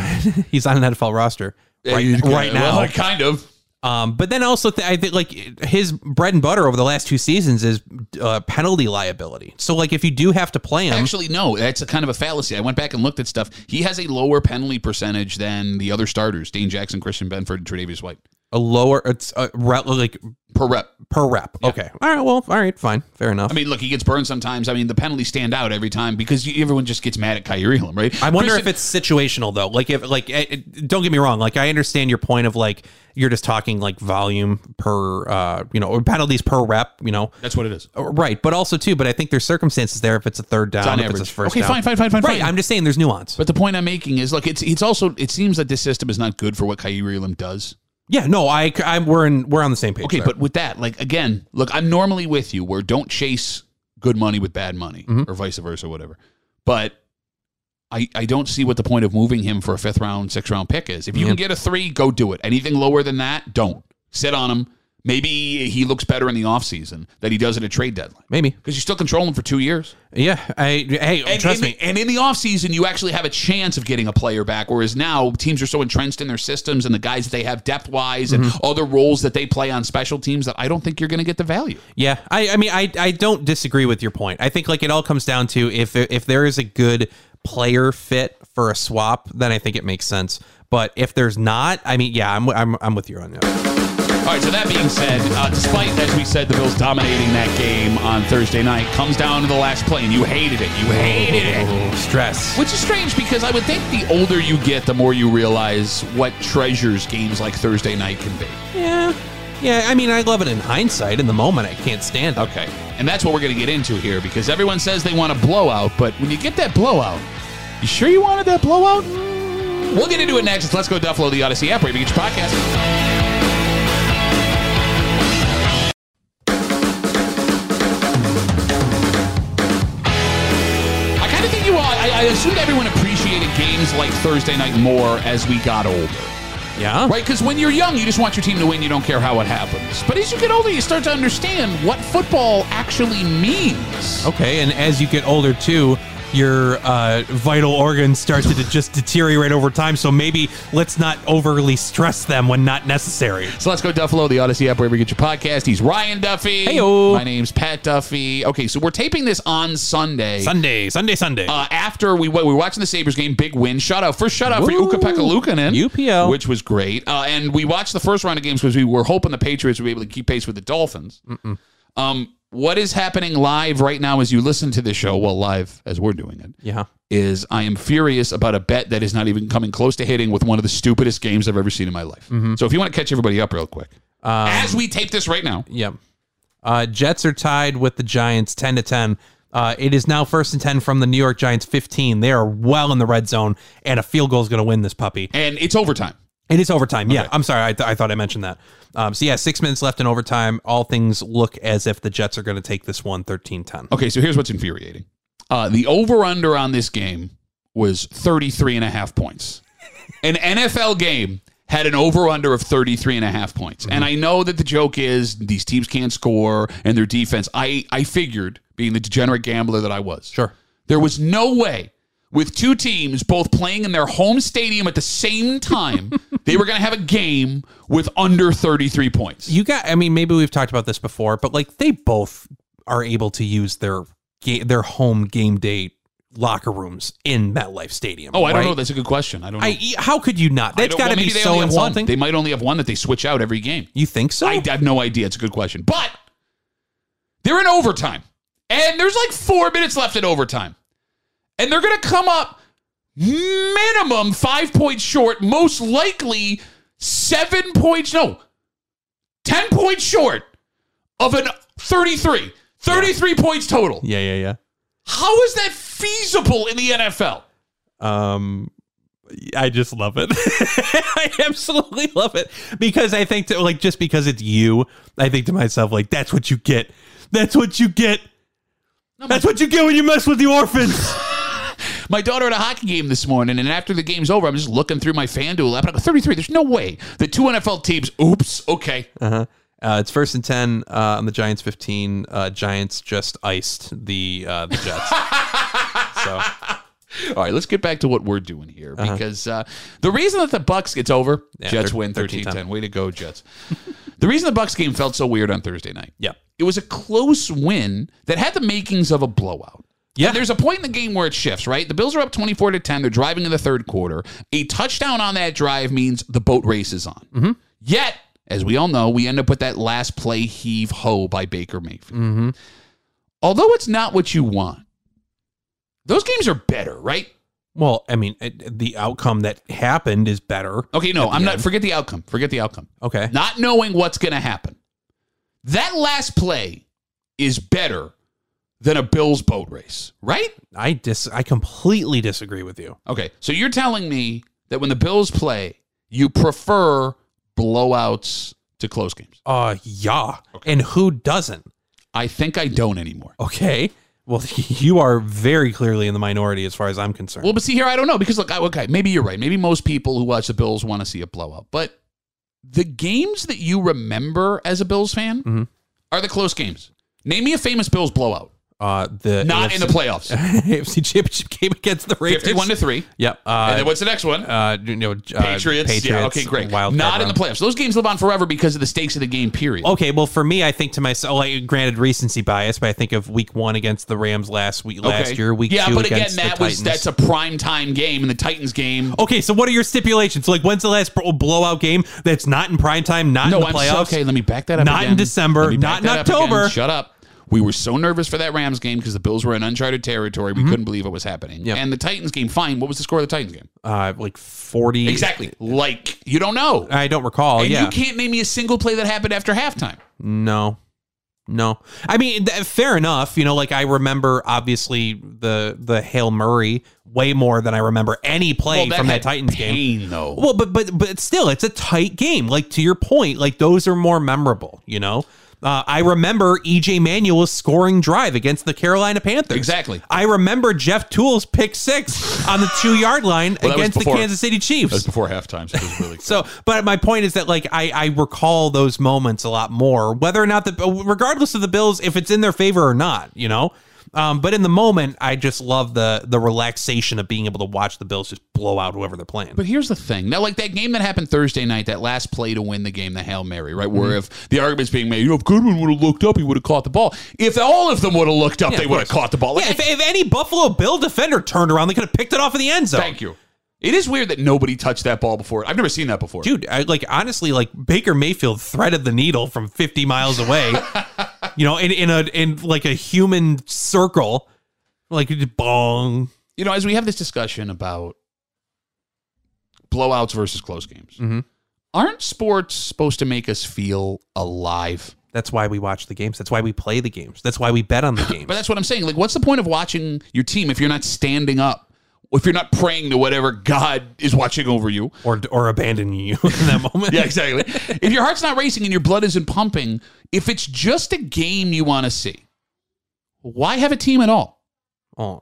S2: He's on an NFL roster right,
S1: Yeah,
S2: right now.
S1: well, kind of.
S2: Um, but then also, th- I think like his bread and butter over the last two seasons is uh, penalty liability. So like, if you do have to play him,
S1: Actually, no, that's a kind of a fallacy. I went back and looked at stuff. He has a lower penalty percentage than the other starters, Dane Jackson, Christian Benford, and Tre'Davious White
S2: a lower it's a re, like
S1: per rep.
S2: per rep. Okay, all right, well, all right, fine, fair enough.
S1: I mean, look, he gets burned sometimes. I mean, the penalties stand out every time because you, everyone just gets mad at Kyrie Elam, right?
S2: I wonder
S1: Christian-
S2: if it's situational though. Like if like it, it- don't get me wrong. Like I understand your point of like you're just talking like volume per uh you know or penalties per rep you know
S1: that's what it is.
S2: Uh, right, but also too. But I think there's circumstances there if it's a third down,
S1: on
S2: if it's
S1: average.
S2: a first
S1: Okay,
S2: down.
S1: fine, fine, fine, fine,
S2: Right,
S1: fine.
S2: I'm just saying there's nuance.
S1: But the point I'm making is, look, it's it's also it seems that this system is not good for what Kyrie Elam does.
S2: yeah, no, I I'm, we're in we're on the same page.
S1: Okay,
S2: there.
S1: but with that, like again, look, I'm normally with you where don't chase good money with bad money or vice versa, whatever. But I I don't see what the point of moving him for a fifth round, sixth round pick is. If you can get a three, go do it. Anything lower than that, don't. Sit on him. Maybe he looks better in the offseason that he does at a trade deadline.
S2: maybe
S1: Because you still control him for two years.
S2: yeah. I hey,
S1: And
S2: trust
S1: in
S2: me.
S1: The, and in the offseason, you actually have a chance of getting a player back. Whereas now, teams are so entrenched in their systems and the guys that they have depth wise and other roles that they play on special teams that I don't think you're going to get the value.
S2: Yeah, I, I mean, I, I don't disagree with your point. I think like it all comes down to if if there is a good player fit for a swap, then I think it makes sense. But if there's not, I mean, yeah, I'm I'm, I'm with you on that.
S1: All right, so that being said, uh, despite, as we said, the Bills dominating that game on Thursday night, comes down to the last play, and you hated it. You hated it.
S2: Stress.
S1: Which is strange because I would think the older you get, the more you realize what treasures games like Thursday night can be.
S2: Yeah, yeah. I mean, I love it in hindsight. In the moment, I can't stand it.
S1: Okay. And that's what we're going to get into here because everyone says they want a blowout, but when you get that blowout, you sure you wanted that blowout? We'll get into it next. It's Let's Go Duffalo, the Odyssey app, where you get your podcast. I kind of think you all, I, I assumed everyone appreciated games like Thursday night more as we got older.
S2: Yeah.
S1: Right? Because when you're young, you just want your team to win. You don't care how it happens. But as you get older, you start to understand what football actually means.
S2: Okay. And as you get older too. Your uh, vital organs start to just deteriorate over time, so maybe let's not overly stress them when not necessary.
S1: So let's go Duffalo, the Odyssey app, wherever you get your podcast. He's Ryan Duffy.
S2: Heyo.
S1: My name's Pat Duffy. Okay, so we're taping this on Sunday.
S2: Sunday, Sunday, Sunday.
S1: uh, after we, we were watching the Sabres game, big win, shutout. First shutout for
S2: Woo.
S1: Uka Pekalukinen.
S2: UPL.
S1: Which was great. Uh, and we watched the first round of games because we were hoping the Patriots would be able to keep pace with the Dolphins. Um, what is happening live right now as you listen to the show, well, live as we're doing it,
S2: yeah.
S1: is I am furious about a bet that is not even coming close to hitting with one of the stupidest games I've ever seen in my life. So if you want to catch everybody up real quick, as we tape this right now,
S2: Yep. Uh, Jets are tied with the Giants, ten to ten. Uh, it is now first and ten from the New York Giants fifteen. They are well in the red zone, and a field goal is going to win this puppy.
S1: and it's overtime.
S2: It is overtime. Yeah, I'm sorry. I, th- I thought I mentioned that. Um, so yeah, six minutes left in overtime. All things look as if the Jets are going to take this one 13-10.
S1: Okay, so here's what's infuriating. Uh, the over under on this game was 33 and a half points. An NFL game had an over under of 33 and a half points. And
S2: Mhm.
S1: I know that the joke is these teams can't score and their defense. I, I figured, being the degenerate gambler that I was,
S2: Sure.
S1: there was no way with two teams both playing in their home stadium at the same time they were going to have a game with under 33 points.
S2: You got. I mean, maybe we've talked about this before, but like they both are able to use their ga- their home game day locker rooms in MetLife Stadium.
S1: Oh, I don't
S2: right?
S1: know. That's a good question. I don't know.
S2: I, e- how could you not?
S1: I
S2: That's
S1: don't-
S2: got to
S1: well,
S2: be
S1: maybe they
S2: so
S1: only have
S2: insulting.
S1: One. They might only have one that they switch out every game.
S2: you think so?
S1: I have no idea. It's a good question. But they're in overtime. And there's like four minutes left in overtime. And they're going to come up minimum five points short, most likely seven points, no, 10 points short of an 33. 33 points total.
S2: yeah, yeah,
S1: How is that feasible in the NFL?
S2: yeah. Um, I just love it. I absolutely love it because I think that, like, just because it's you, I think to myself, like, that's what you get. That's what you get. That's what you get when you mess with the orphans.
S1: My daughter at a hockey game this morning, and after the game's over, I'm just looking through my FanDuel app. and I go, 33. There's no way. The two NFL teams, oops, okay.
S2: Uh, it's first and ten uh, on the Giants fifteen. Uh, Giants just iced the uh, the Jets. so
S1: All right, let's get back to what we're doing here because uh, the reason that the Bucks gets over,
S2: Uh-huh. Yeah,
S1: Jets
S2: thir-
S1: win 13
S2: 13-10.
S1: 10. Way to go, Jets. the reason the Bucks game felt so weird on Thursday night.
S2: yeah,
S1: It was a close win that had the makings of a blowout.
S2: Yeah.
S1: And there's a point in the game where it shifts, right? The Bills are up 24 to 10. They're driving in the third quarter. A touchdown on that drive means the boat race is on. Yet, as we all know, we end up with that last play heave ho by Baker Mayfield.
S2: Mm-hmm.
S1: Although it's not what you want, those games are better, right?
S2: well, I mean, it, the outcome that happened is better.
S1: Okay, no, I'm not. Forget the outcome. Forget the outcome.
S2: Okay,
S1: Not knowing what's going to happen. That last play is better than a Bills boat race, right?
S2: I dis I completely disagree with you.
S1: Okay, so you're telling me that when the Bills play, you prefer blowouts to close games.
S2: Uh, yeah, and who doesn't?
S1: I think I don't anymore.
S2: Okay, well, you are very clearly in the minority as far as I'm concerned.
S1: Well, but see here, I don't know because look, I, okay, maybe you're right. Maybe most people who watch the Bills want to see a blowout, but the games that you remember as a Bills fan
S2: Mhm.
S1: are the close games. Name me a famous Bills blowout,
S2: uh, the
S1: not in the playoffs.
S2: AFC Championship game against the Raiders.
S1: 51 to 3.
S2: Yep.
S1: And
S2: Uh,
S1: then what's the next one?
S2: uh, you know, uh,
S1: Patriots. Yeah, okay, great.
S2: Wild card
S1: Not in the
S2: round.
S1: playoffs. Those games live on forever because of the stakes of the game, period.
S2: Okay, well, for me, I think to myself, like, granted recency bias, but I think of week one against the Rams last week, last year, week
S1: yeah,
S2: two
S1: but again,
S2: against
S1: that
S2: the
S1: was
S2: Titans. Oh,
S1: that's a prime time game, and the Titans game.
S2: okay, so what are your stipulations? Like, when's the last bro- blowout game that's not in prime time, not in the
S1: so-
S2: playoffs?
S1: okay. Let me back that up.
S2: Not in
S1: again.
S2: December,
S1: Let me back
S2: not in
S1: that up again.
S2: October.
S1: Shut up. We were so nervous for that Rams game because the Bills were in uncharted territory. We couldn't believe what was happening.
S2: Mm-hmm. Yep.
S1: And the Titans game, fine. What was the score of the Titans game?
S2: Uh, like forty
S1: Exactly. Like you don't know.
S2: I don't recall.
S1: and
S2: uh, yeah,
S1: you can't name me a single play that happened after halftime.
S2: No. No. I mean, th- fair enough. You know, like I remember obviously the the Hail Murray way more than I remember any play
S1: Well,
S2: from that
S1: had
S2: Titans game.
S1: pain, though.
S2: Well, but but but still, it's a tight game. Like to your point, like those are more memorable. You know, uh, I remember EJ Manuel's scoring drive against the Carolina Panthers.
S1: Exactly.
S2: I remember Jeff Toole's pick six on the two yard line
S1: Well, that was
S2: against the
S1: before-
S2: Kansas City Chiefs.
S1: before halftime, so it was really.
S2: So, but my point is that like I I recall those moments a lot more, whether or not the regardless of the Bills, if it's in their favor or not, you know. Um, but in the moment, I just love the the relaxation of being able to watch the Bills just blow out whoever they're playing.
S1: But here's the thing. Now, like that game that happened Thursday night, that last play to win the game, the Hail Mary, right? Where if the argument's being made, you know, if Goodwin would have looked up, he would have caught the ball. If all of them would have looked up, they
S2: of
S1: would have
S2: course.
S1: caught the ball. Like,
S2: yeah, if, if any Buffalo Bill defender turned around, they could have picked it off in the end zone.
S1: thank you. It is weird that nobody touched that ball before. I've never seen that before.
S2: Dude, I, like honestly, like Baker Mayfield threaded the needle from 50 miles away, you know, in, in a in like a human circle, like just bong.
S1: You know, as we have this discussion about blowouts versus close games,
S2: Mhm.
S1: aren't sports supposed to make us feel alive?
S2: That's why we watch the games. That's why we play the games. That's why we bet on the games.
S1: But that's what I'm saying. Like, what's the point of watching your team if you're not standing up? If you're not praying to whatever God is watching over you,
S2: or or abandoning you in that moment.
S1: yeah, exactly. if your heart's not racing and your blood isn't pumping, if it's just a game you want to see, why have a team at all?
S2: Oh,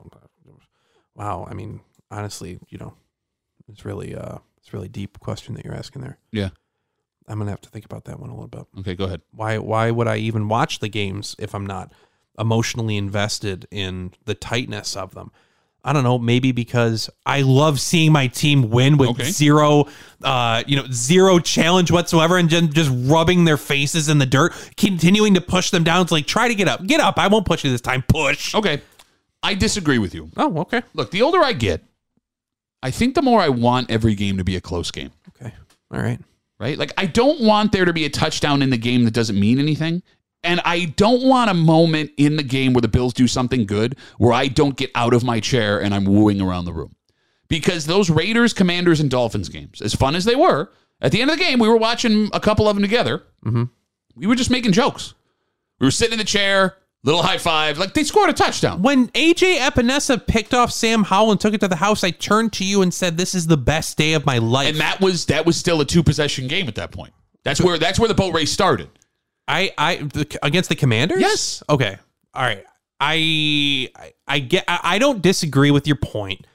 S2: wow. I mean, honestly, you know, it's really uh, it's really deep question that you're asking there.
S1: Yeah.
S2: I'm gonna have to think about that one a little bit.
S1: Okay, go ahead.
S2: Why why would I even watch the games if I'm not emotionally invested in the tightness of them? I don't know, maybe because I love seeing my team win with
S1: Okay.
S2: zero, uh, you know, zero challenge whatsoever, and then just rubbing their faces in the dirt, continuing to push them down. It's like try to get up, get up. I won't push you this time. Push.
S1: Okay. I disagree with you.
S2: Oh, okay,
S1: Look, the older I get, I think the more I want every game to be a close game,
S2: okay, all right.
S1: right? Like, I don't want there to be a touchdown in the game that doesn't mean anything. And I don't want a moment in the game where the Bills do something good where I don't get out of my chair and I'm wooing around the room. Because those Raiders, Commanders, and Dolphins games, as fun as they were, at the end of the game, we were watching a couple of them together. We were just making jokes. We were sitting in the chair, little high five, like they scored a touchdown.
S2: When AJ Epinesa picked off Sam Howell and took it to the house, I turned to you and said, "This is the best day of my life."
S1: and that was that was still a two possession game at that point. That's where that's where the boat race started.
S2: I I the, against the Commanders.
S1: Yes.
S2: Okay. All right. I I, I get. I, I don't disagree with your point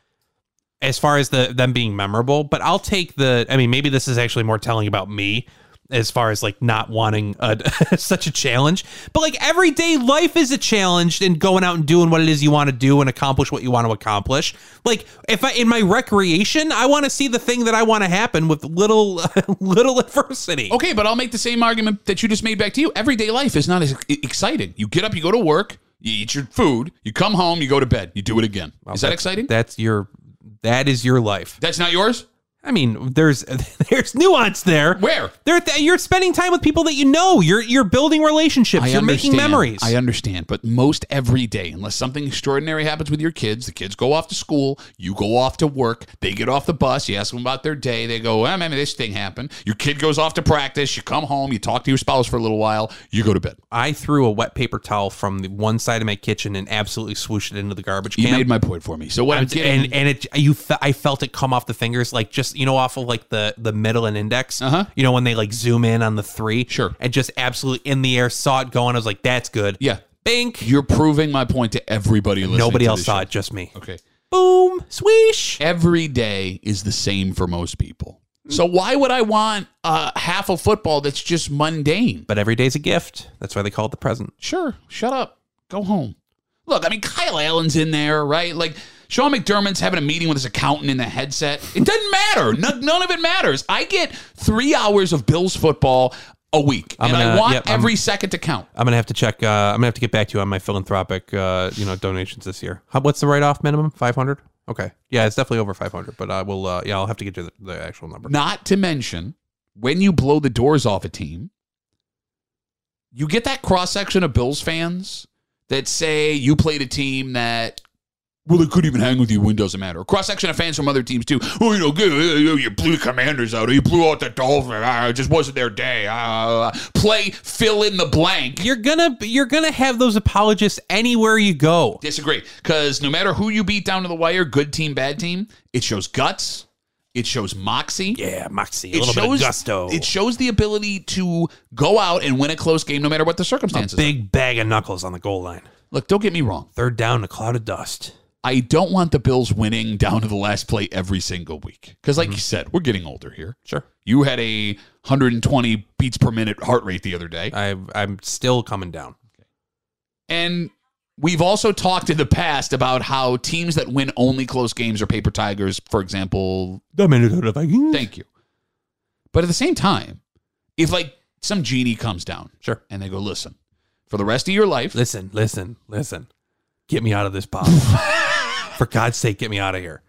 S2: as far as the them being memorable, but I'll take the. I mean, maybe this is actually more telling about me as far as like not wanting a, such a challenge but like everyday life is a challenge and going out and doing what it is you want to do and accomplish what you want to accomplish like if i in my recreation i want to see the thing that i want to happen with little little adversity
S1: Okay, but I'll make the same argument that you just made back to you. Everyday life is not as e- exciting. You get up, you go to work, you eat your food, you come home, you go to bed, you do it again. is that exciting?
S2: that's your that is your life
S1: that's not yours.
S2: I mean, there's there's nuance there.
S1: Where?
S2: There, th- you're spending time with people that you know. You're you're building relationships. you're making memories.
S1: I understand, but most every day, unless something extraordinary happens with your kids, the kids go off to school, you go off to work, they get off the bus, you ask them about their day, they go, well, maybe this thing happened. Your kid goes off to practice, you come home, you talk to your spouse for a little while, you go to bed.
S2: I threw a wet paper towel from the one side of my kitchen and absolutely swooshed it into the garbage
S1: You
S2: can.
S1: made my point for me. So what I'm getting,
S2: and and it you fe- I felt it come off the fingers like just you know off of like the the middle and index.
S1: Uh-huh.
S2: You know when they like zoom in on the three.
S1: Sure.
S2: And just absolutely in the air, saw it going. I was like, that's good.
S1: yeah,
S2: Bink.
S1: you're proving my point to everybody listening.
S2: Nobody
S1: to
S2: else
S1: this
S2: saw
S1: show.
S2: it, just me.
S1: Okay.
S2: Boom. Swish.
S1: Every day is the same for most people. So why would I want uh, half a football that's just mundane?
S2: But every day's a gift. That's why they call it the present.
S1: sure, shut up, go home. Look, I mean, Kyle Allen's in there, right? Like, Sean McDermott's having a meeting with his accountant in the headset. It doesn't matter. None, none of it matters. I get three hours of Bills football a week, and I
S2: gonna-
S1: want
S2: yep, I'm-
S1: every second to count.
S2: I'm gonna have to check. Uh, I'm gonna have to get back to you on my philanthropic, uh, you know, donations this year. How, what's the write-off minimum? Five hundred. Okay. Yeah, it's definitely over five hundred. But I will. Uh, yeah, I'll have to get you the, the actual number.
S1: Not to mention, when you blow the doors off a team, you get that cross section of Bills fans that say you played a team that. Well, they couldn't even hang with you. When doesn't matter. A cross section of fans from other teams too. Oh, you know, good, uh, you you blew the Commanders out. or You blew out the Dolphins. Ah, it just wasn't their day. Ah, play fill in the blank.
S2: You're gonna you're gonna have those apologists anywhere you go.
S1: Disagree, because no matter who you beat down to the wire, good team, bad team, it shows guts. It shows moxie.
S2: Yeah, Moxie,
S1: it shows It shows the ability to go out and win a close game no matter what the circumstances.
S2: Big bag of knuckles on the goal line.
S1: Look, don't get me wrong.
S2: Third down, a cloud of dust.
S1: I don't want the Bills winning down to the last play every single week because, like you said, we're getting older here.
S2: Sure.
S1: You had a 120 beats per minute heart rate the other day,
S2: I I'm still coming down.
S1: and we've also talked in the past about how teams that win only close games are paper tigers. For example,
S2: The Minnesota Vikings.
S1: thank you. But at the same time, if like some genie comes down
S2: Sure.
S1: and they go, "Listen, for the rest of your life,
S2: Listen, listen, listen. Get me out of this pop. For God's sake, get me out of here.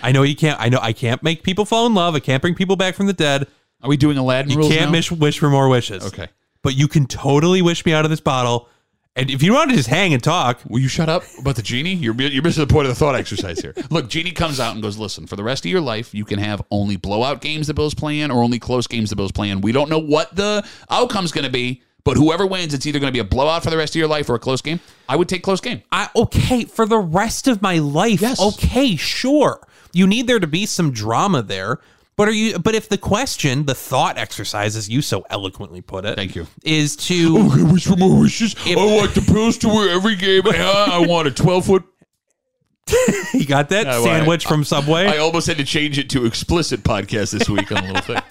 S2: I know you can't. I know I can't make people fall in love. I can't bring people back from the dead.
S1: Are we doing Aladdin
S2: You
S1: rules now?
S2: can't wish, wish for more wishes.
S1: Okay.
S2: but you can totally wish me out of this bottle. And if you want to just hang and talk,
S1: Will you shut up about the genie? You're, you're missing the point of the thought exercise here. Look, genie comes out and goes, "Listen, for the rest of your life, you can have only blowout games the Bills play in, or only close games the Bills play in. We don't know what the outcome's going to be, but whoever wins, it's either going to be a blowout for the rest of your life or a close game. I would take close game.
S2: I okay for the rest of my life.
S1: Yes.
S2: Okay, sure. You need there to be some drama there. But are you? But if the question, the thought exercise, as you so eloquently put it,
S1: Thank you. Oh,
S2: is to
S1: Okay, wish for more wishes. I want the Bills to win every game. I, I want a 12 foot.
S2: you got that
S1: well,
S2: sandwich from Subway.
S1: I almost had to change it to explicit podcast this week on a little thing.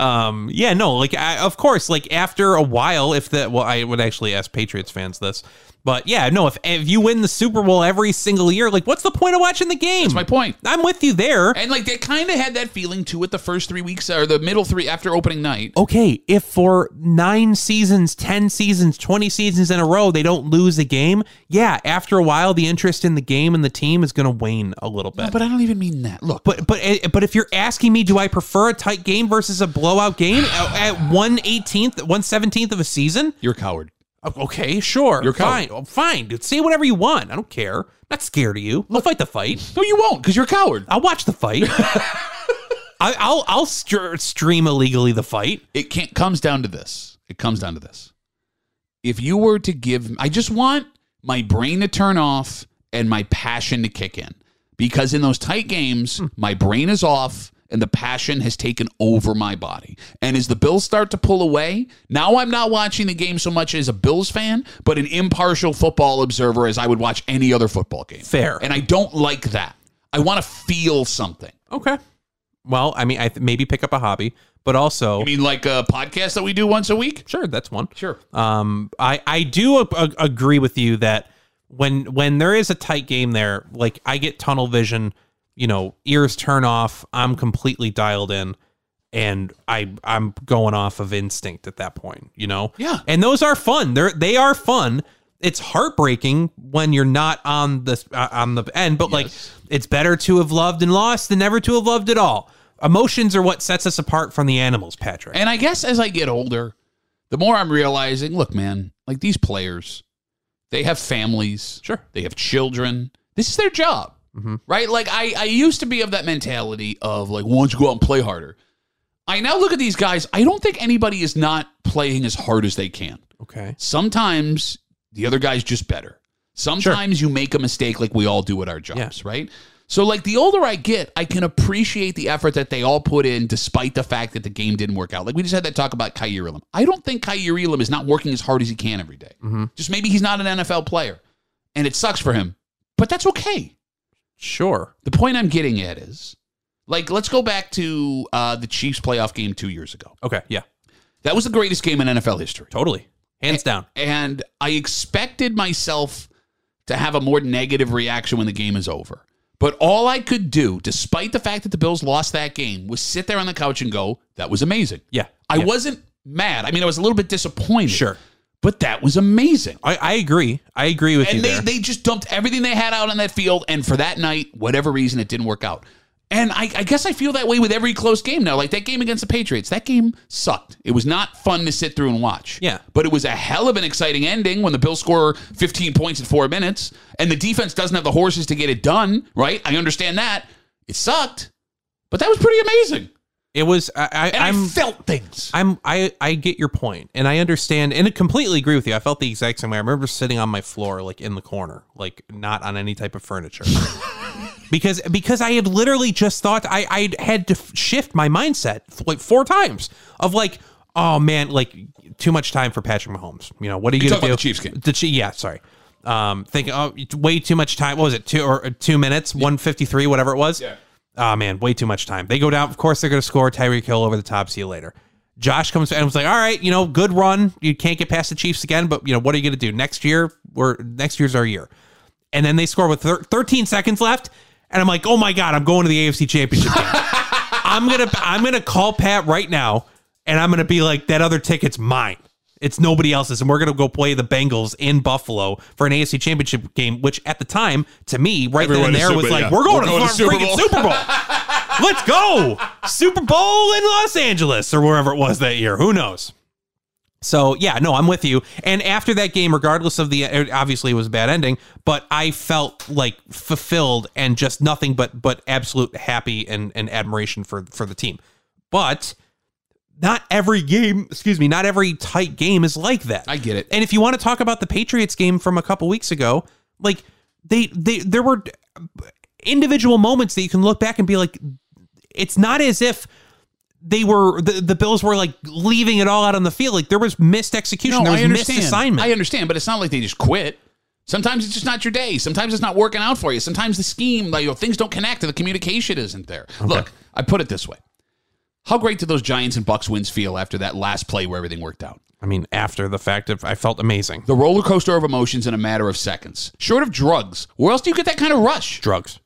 S2: um, yeah, no, like I, of course, like after a while, if that, well, I would actually ask Patriots fans this, but yeah, no, if if you win the Super Bowl every single year, like what's the point of watching the game? That's
S1: my point.
S2: I'm with you there.
S1: And like they kind of had that feeling too at the first three weeks or the middle three after opening night.
S2: okay, if for nine seasons, 10 seasons, 20 seasons in a row, they don't lose a game, yeah, after a while, the interest in the game and the team is going to wane a little bit.
S1: But I don't even mean that. Look,
S2: but, eh, but but if you're asking me, do I prefer a tight game versus a blowout game at at 118th, 117th of a season?
S1: you're a coward.
S2: Oh, Okay, sure.
S1: You're
S2: fine. Oh, Fine. dude, Say whatever you want. I don't care. I'm not scared of you. I'll fight the fight.
S1: No, you won't, because you're a coward.
S2: I'll watch the fight. I, I'll I'll str- stream illegally the fight.
S1: It can't comes down to this. It comes down to this. If you were to give, I just want my brain to turn off and my passion to kick in, because in those tight games, my brain is off and the passion has taken over my body. And as the Bills start to pull away, now I'm not watching the game so much as a Bills fan, but an impartial football observer as I would watch any other football game.
S2: Fair.
S1: And I don't like that. I want to feel something.
S2: Okay. Well, I mean, I th- maybe pick up a hobby, but also
S1: I mean, like a podcast that we do once a week.
S2: sure that's one.
S1: Sure.
S2: Um, I I do a- a- agree with you that when when there is a tight game there, like I get tunnel vision. You know, ears turn off. I'm completely dialed in, and I I'm going off of instinct at that point. You know.
S1: Yeah.
S2: And those are fun. They're they are fun. It's heartbreaking when you're not on the uh, on the end, but like it's better to have loved and lost than never to have loved at all. Emotions are what sets us apart from the animals, Patrick.
S1: And I guess as I get older, the more I'm realizing, look, man, like these players, they have families.
S2: Sure.
S1: They have children. This is their job. Right? Like I, I used to be of that mentality of like, why don't you go out and play harder? I now look at these guys, I don't think anybody is not playing as hard as they can.
S2: Okay.
S1: Sometimes the other guy's just better. Sometimes you make a mistake like we all do at our jobs, right? So like the older I get, I can appreciate the effort that they all put in despite the fact that the game didn't work out. Like we just had that talk about Kyrie Elam. I don't think Kyrie Elam is not working as hard as he can every day. Just maybe he's not an NFL player. And it sucks for him. But that's okay.
S2: Sure.
S1: The point I'm getting at is like let's go back to uh, the Chiefs playoff game 2 years ago.
S2: Okay. Yeah.
S1: That was the greatest game in NFL history.
S2: Totally. Hands down.
S1: and I expected myself to have a more negative reaction when the game is over. But all I could do, despite the fact that the Bills lost that game, was sit there on the couch and go, that was amazing.
S2: Yeah.
S1: I
S2: yeah.
S1: wasn't mad. I mean, I was a little bit disappointed.
S2: Sure.
S1: But that was amazing.
S2: I, I agree. I agree with you
S1: And they,
S2: there.
S1: they just dumped everything they had out on that field. And for that night, whatever reason, it didn't work out. And I, I guess I feel that way with every close game now. Like that game against the Patriots, that game sucked. It was not fun to sit through and watch.
S2: Yeah.
S1: But it was a hell of an exciting ending when the Bills score 15 points in four minutes and the defense doesn't have the horses to get it done, right? I understand that. It sucked, but that was pretty amazing.
S2: it was I, I
S1: And
S2: I'm
S1: I felt things.
S2: I'm I I get your point and I understand and I completely agree with you. I felt the exact same way. I remember sitting on my floor like in the corner, like not on any type of furniture. because because I had literally just thought I I had to f- shift my mindset f- like four times of like oh man like too much time for Patrick Mahomes. You know what are you,
S1: You're talking
S2: gonna do?
S1: about the Chiefs game.
S2: The Chi- yeah, sorry. Um, thinking oh it's way too much time. What was it two or uh, two minutes? One fifty three, whatever it was.
S1: Yeah.
S2: Oh man, way too much time. They go down. Of course, they're gonna score. Tyreek Hill over the top. See you later. Josh comes and was like, "All right, you know, good run. You can't get past the Chiefs again, but you know, what are you gonna do next year? We're next year's our year." and then they score with thir- 13 seconds left and i'm like oh my god i'm going to the afc championship game i'm gonna i'm gonna call pat right now and i'm gonna be like that other ticket's mine it's nobody else's and we're gonna go play the bengals in buffalo for an afc championship game which at the time to me right then
S1: Everyone
S2: and there
S1: assumed
S2: was
S1: it,
S2: like
S1: yeah.
S2: we're going
S1: We're
S2: to,
S1: going
S2: the
S1: to Super
S2: freaking
S1: Bowl.
S2: super bowl let's go super bowl in los angeles or wherever it was that year who knows so yeah, no, I'm with you. And after that game, regardless of the uh, it obviously it was a bad ending, but I felt like fulfilled and just nothing but but absolute happy and and admiration for for the team. But not every game, excuse me, not every tight game is like that.
S1: I get it.
S2: And if you want to talk about the Patriots game from a couple weeks ago, like they they there were uh, individual moments that you can look back and be like it's not as if they were the, the Bills were like leaving it all out on the field. Like there was missed execution, there was missed assignment.
S1: I understand, but it's not like they just quit. Sometimes it's just not your day. Sometimes it's not working out for you. Sometimes the scheme, like you know, things don't connect and the communication isn't there. Look, I put it this way. How great did those Giants and Bucks wins feel after that last play where everything worked out?
S2: I mean, after the fact, of, I felt amazing.
S1: The roller coaster of emotions in a matter of seconds. Short of drugs, where else do you get that kind of rush?
S2: Drugs.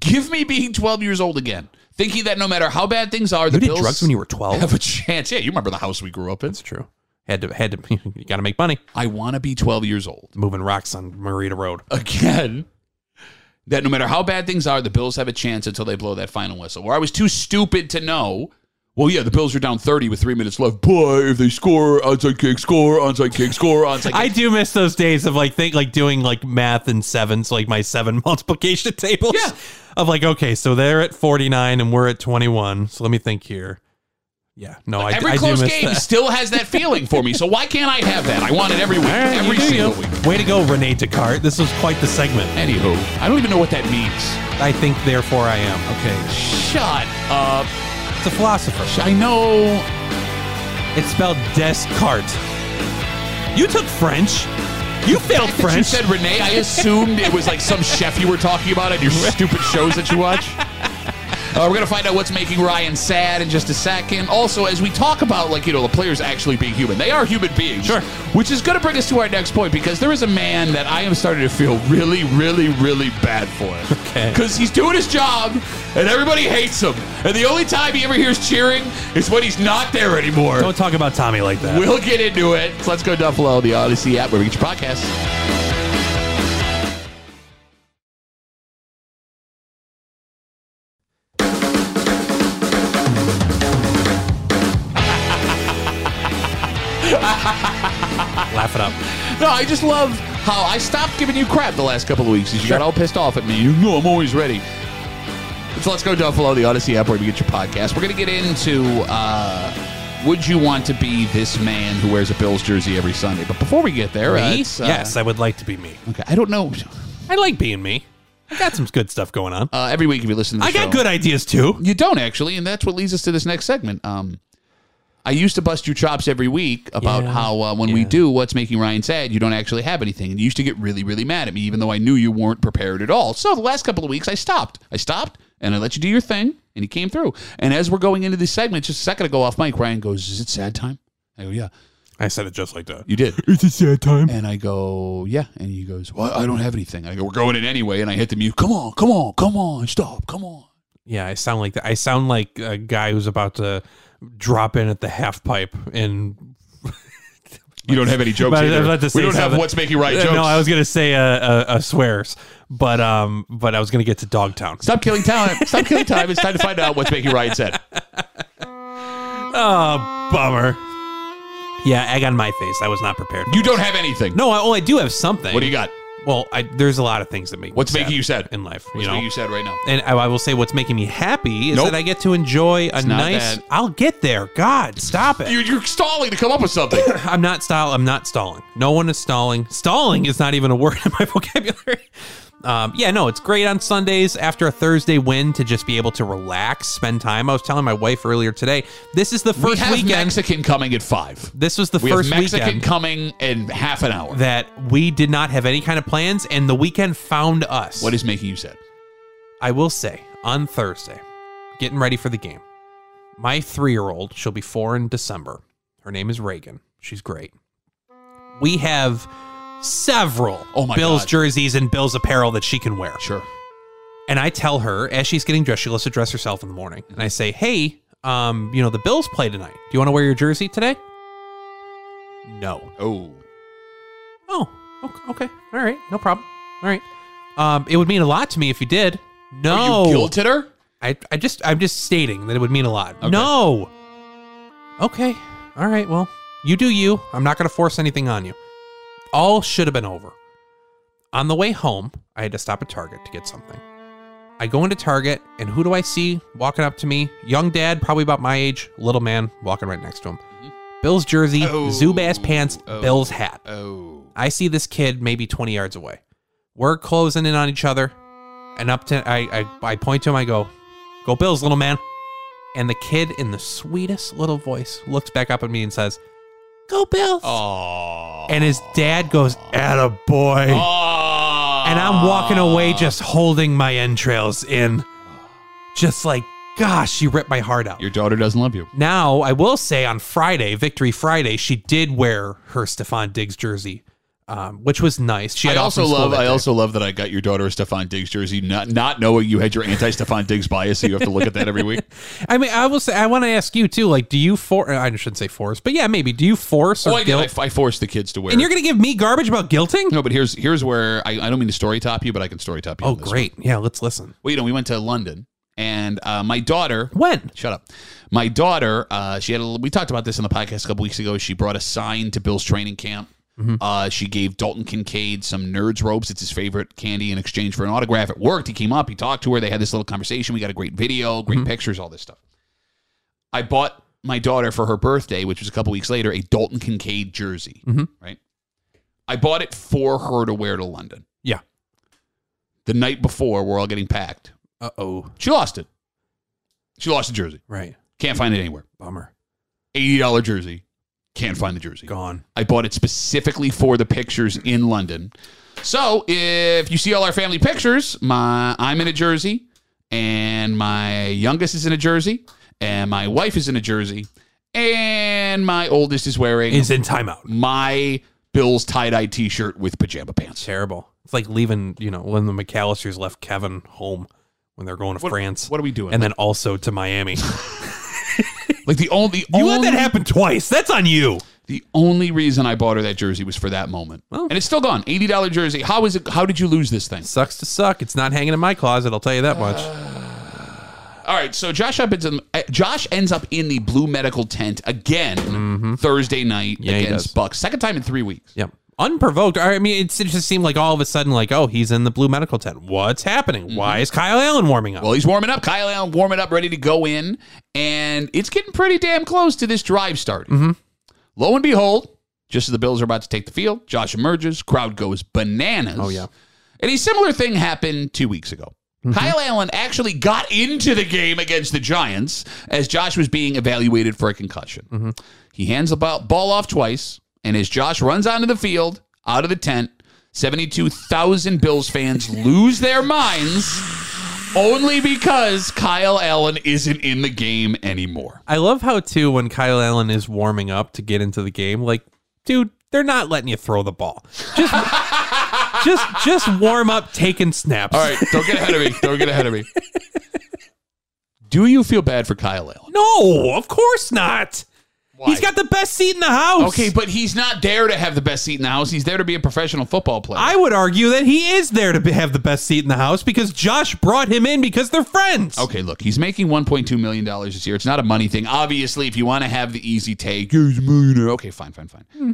S1: Give me being 12 years old again, thinking that no matter how bad things are, the
S2: You did
S1: Bills
S2: drugs when you were twelve.
S1: have a chance. Yeah, you remember the house we grew up in.
S2: That's true. Had to had to. You got to make money.
S1: I want to be 12 years old
S2: Moving rocks on Marita Road.
S1: again. That no matter how bad things are, the Bills have a chance until they blow that final whistle. Where I was too stupid to know. Well, yeah, the Bills are down 30 with three minutes left. But if they score, onside kick, score, onside kick, score, onside kick.
S2: I do miss those days of like think like doing like math and sevens, like my seven multiplication tables.
S1: Yeah.
S2: Of like, okay, so they're at forty nine and we're at twenty one. So let me think here. Yeah, no, I,
S1: Every
S2: I do
S1: close
S2: miss
S1: game
S2: that.
S1: still has that feeling for me. So why can't I have that? I want it every week, every single week.
S2: Way to go, Renee Descartes. This was quite the segment.
S1: Anywho, I don't even know what that means.
S2: I think, therefore, I am.
S1: Okay, shut up.
S2: It's a philosopher.
S1: I know.
S2: It's spelled Descartes. You took French. You failed
S1: French. You
S2: French.
S1: said Renee. I assumed it was like some chef you were talking about at your stupid shows that you watch. Uh, we're gonna find out what's making Ryan sad in just a second. Also, as we talk about like you know the players actually being human, they are human beings.
S2: Sure.
S1: Which is gonna bring us to our next point because there is a man that I am starting to feel really, really, really bad for.
S2: Okay.
S1: Because he's doing his job and everybody hates him, and the only time he ever hears cheering is when he's not there anymore.
S2: Don't talk about Tommy like that.
S1: We'll get into it. So let's go Duffalo, the Odyssey app, where we get your podcasts.
S2: Laugh it up.
S1: No, I just love how I stopped giving you crap the last couple of weeks. 'cause You got all pissed off at me. You know I'm always ready. So let's go Duffalo, the Odyssey app, where we get your podcast. We're going to get into uh, would you want to be this man who wears a Bills jersey every Sunday? But before we get there, uh,
S2: Me?
S1: it's, uh,
S2: yes, I would like to be me.
S1: Okay, I don't know.
S2: I like being me. I got some good stuff going on.
S1: Uh, every week if you listen to the
S2: I
S1: show,
S2: got good ideas too.
S1: You don't actually, and that's what leads us to this next segment. Um, I used to bust your chops every week about
S2: Yeah.
S1: how uh, when we
S2: Yeah.
S1: do what's making Ryan sad, you don't actually have anything, and you used to get really, really mad at me, even though I knew you weren't prepared at all. So the last couple of weeks, I stopped. I stopped, and I let you do your thing, and you came through. And as we're going into this segment, just a second ago off mic, Ryan goes, "Is it sad time?" I go, "Yeah."
S2: I said it just like that.
S1: You did.
S2: It's a sad time.
S1: And I go, yeah. And he goes, well, I don't have anything. I go, we're going in anyway. And I hit the mute. Come on, come on, come on, stop, come on.
S2: Yeah, I sound like that. I sound like a guy who's about to drop in at the half pipe and.
S1: You don't have any jokes
S2: But I was
S1: either.
S2: about to
S1: we
S2: say
S1: don't have
S2: something.
S1: what's making right jokes.
S2: No, I was gonna say uh, uh, uh, swears, but um, but I was gonna get to Dogtown.
S1: Stop killing time. Stop killing time. It's time to find out what's making Ryan sad.
S2: Oh, bummer. Yeah, egg on my face. I was not prepared.
S1: You don't have anything.
S2: No, I, oh, I do have something.
S1: What do you got?
S2: Well, I, there's a lot of things that make. me
S1: What's making you sad?
S2: in life?
S1: What's
S2: you know,
S1: making you sad right now?
S2: and I, I will say what's making me happy is
S1: Nope.
S2: that I get to enjoy a
S1: not
S2: nice.
S1: that.
S2: I'll get there. God, stop it.
S1: You, you're stalling to come up with something.
S2: I'm not style. I'm not stalling. No one is stalling. Stalling is not even a word in my vocabulary. Um, yeah, no, it's great on Sundays after a Thursday win to just be able to relax, spend time. I was telling my wife earlier today. This is the
S1: we
S2: first
S1: have
S2: weekend.
S1: Mexican coming at five.
S2: this was the
S1: We
S2: first
S1: have Mexican
S2: weekend
S1: coming in half an hour.
S2: that we did not have any kind of plans, and the weekend found us.
S1: What is making you sad?
S2: I will say on Thursday, getting ready for the game, my three year old, she'll be four in December. Her name is Reagan. She's great. We have several
S1: Oh my
S2: Bills
S1: God.
S2: jerseys and Bills apparel that she can wear.
S1: Sure.
S2: And I tell her as she's getting dressed, she lets her dress herself in the morning. And I say, hey, um, you know, the Bills play tonight. Do you want to wear your jersey today? No.
S1: Oh.
S2: Oh, ok- okay. All right. No problem. All right. Um, it would mean a lot to me if you did. No.
S1: You guilted her?
S2: I, I just I'm just stating that it would mean a lot. No. Okay. All right. Well, you do you. I'm not going to force anything on you. All should have been over. On the way home, I had to stop at Target to get something. I go into Target and who do I see walking up to me? Young dad, probably about my age, little man walking right next to him. Bill's jersey,
S1: Mm-hmm. Oh.
S2: Zubaz pants,
S1: Oh.
S2: Bill's hat.
S1: Oh.
S2: I see this kid maybe 20 yards away. We're closing in on each other. And up to, I, I, I point to him, I go, Go Bills, little man. And the kid in the sweetest little voice looks back up at me and says, Go Bills.
S1: Oh.
S2: And his dad goes, Atta boy.
S1: Oh.
S2: And I'm walking away just holding my entrails in, just like, gosh, you ripped my heart out.
S1: Your daughter doesn't love you.
S2: Now, I will say on Friday, Victory Friday, she did wear her Stefan Diggs jersey, um, which was nice. She
S1: I
S2: had off
S1: also
S2: from school
S1: love.
S2: that
S1: I
S2: day.
S1: also love that I got your daughter a Stefan Diggs jersey, not not knowing you had your anti Stefan Diggs bias. So you have to look at that every week.
S2: I mean, I will say, I want to ask you too. Like, do you for? I shouldn't say force, but yeah, maybe. Do you force or
S1: Oh, I, did.
S2: guilt?
S1: I, I forced the kids to wear.
S2: and you're gonna give me garbage about guilting?
S1: no, but here's here's where I, I don't mean to story top you, but I can story top you.
S2: Oh,
S1: on this.
S2: great. Yeah, let's listen.
S1: Well, you know, we went to London, and uh, my daughter.
S2: When?
S1: Shut up. My daughter, uh, she had. A, we talked about this on the podcast a couple weeks ago. She brought a sign to Bill's training camp. Uh, she gave Dalton Kincaid some nerds ropes. It's his favorite candy in exchange for an autograph. It worked. He came up. He talked to her. They had this little conversation. We got a great video, great pictures, all this stuff. I bought my daughter for her birthday, which was a couple weeks later, a Dalton Kincaid jersey. Right. I bought it for her to wear to London
S2: Yeah.
S1: the night before. We're all getting packed.
S2: Uh oh.
S1: She lost it. She lost the jersey.
S2: Right.
S1: Can't find it anywhere.
S2: Bummer.
S1: $80 jersey. Can't find the jersey.
S2: Gone.
S1: I bought it specifically for the pictures in London. So if you see all our family pictures, my I'm in a jersey, and my youngest is in a jersey, and my wife is in a jersey, and my oldest is wearing
S2: Is in
S1: Mm.
S2: timeout.
S1: my Bill's tie dye T-shirt with pajama pants.
S2: Terrible. It's like leaving. You know, when the McAllisters left Kevin home when they're going to France,
S1: What are we doing?
S2: and then also to Miami.
S1: like the only
S2: you
S1: only,
S2: let that happen twice. That's on you.
S1: the only reason I bought her that jersey was for that moment,
S2: Well-
S1: and it's still gone. Eighty dollar jersey. How is it? How did you lose this thing?
S2: Sucks to suck. It's not hanging in my closet. I'll tell you that much.
S1: All right, so Josh up ends uh, Josh ends up in the blue medical tent again Thursday night
S2: Mm-hmm. Yeah, he does.
S1: against Bucks. Second time in three weeks.
S2: Yep. Unprovoked. I mean, it's, it just seemed like all of a sudden, like, oh, he's in the blue medical tent. What's happening? Why is Kyle Allen warming up?
S1: Well, he's warming up. Kyle Allen warming up, ready to go in, and it's getting pretty damn close to this drive starting.
S2: Mm-hmm.
S1: Lo and behold, just as the Bills are about to take the field, Josh emerges. Crowd goes bananas.
S2: Oh, yeah. Mm-hmm.
S1: and a similar thing happened two weeks ago. Kyle Allen actually got into the game against the Giants as Josh was being evaluated for a concussion.
S2: Mm-hmm.
S1: He hands the ball, ball off twice, and as Josh runs onto the field, out of the tent, 72,000 Bills fans lose their minds only because Kyle Allen isn't in the game anymore.
S2: I love how, too, when Kyle Allen is warming up to get into the game, like, dude, they're not letting you throw the ball. Just, just, just warm up taking snaps.
S1: All right, don't get ahead of me. Don't get ahead of me. Do you feel bad for Kyle Allen?
S2: No, of course not. He's got the best seat in the house.
S1: Okay, but he's not there to have the best seat in the house. He's there to be a professional football player.
S2: I would argue that he is there to be- have the best seat in the house because Josh brought him in because they're friends.
S1: okay, look, he's making $1.2 million this year. It's not a money thing. Obviously, if you want to have the easy take, "Yeah, he's a millionaire. Okay, fine, fine, fine.
S2: Hmm.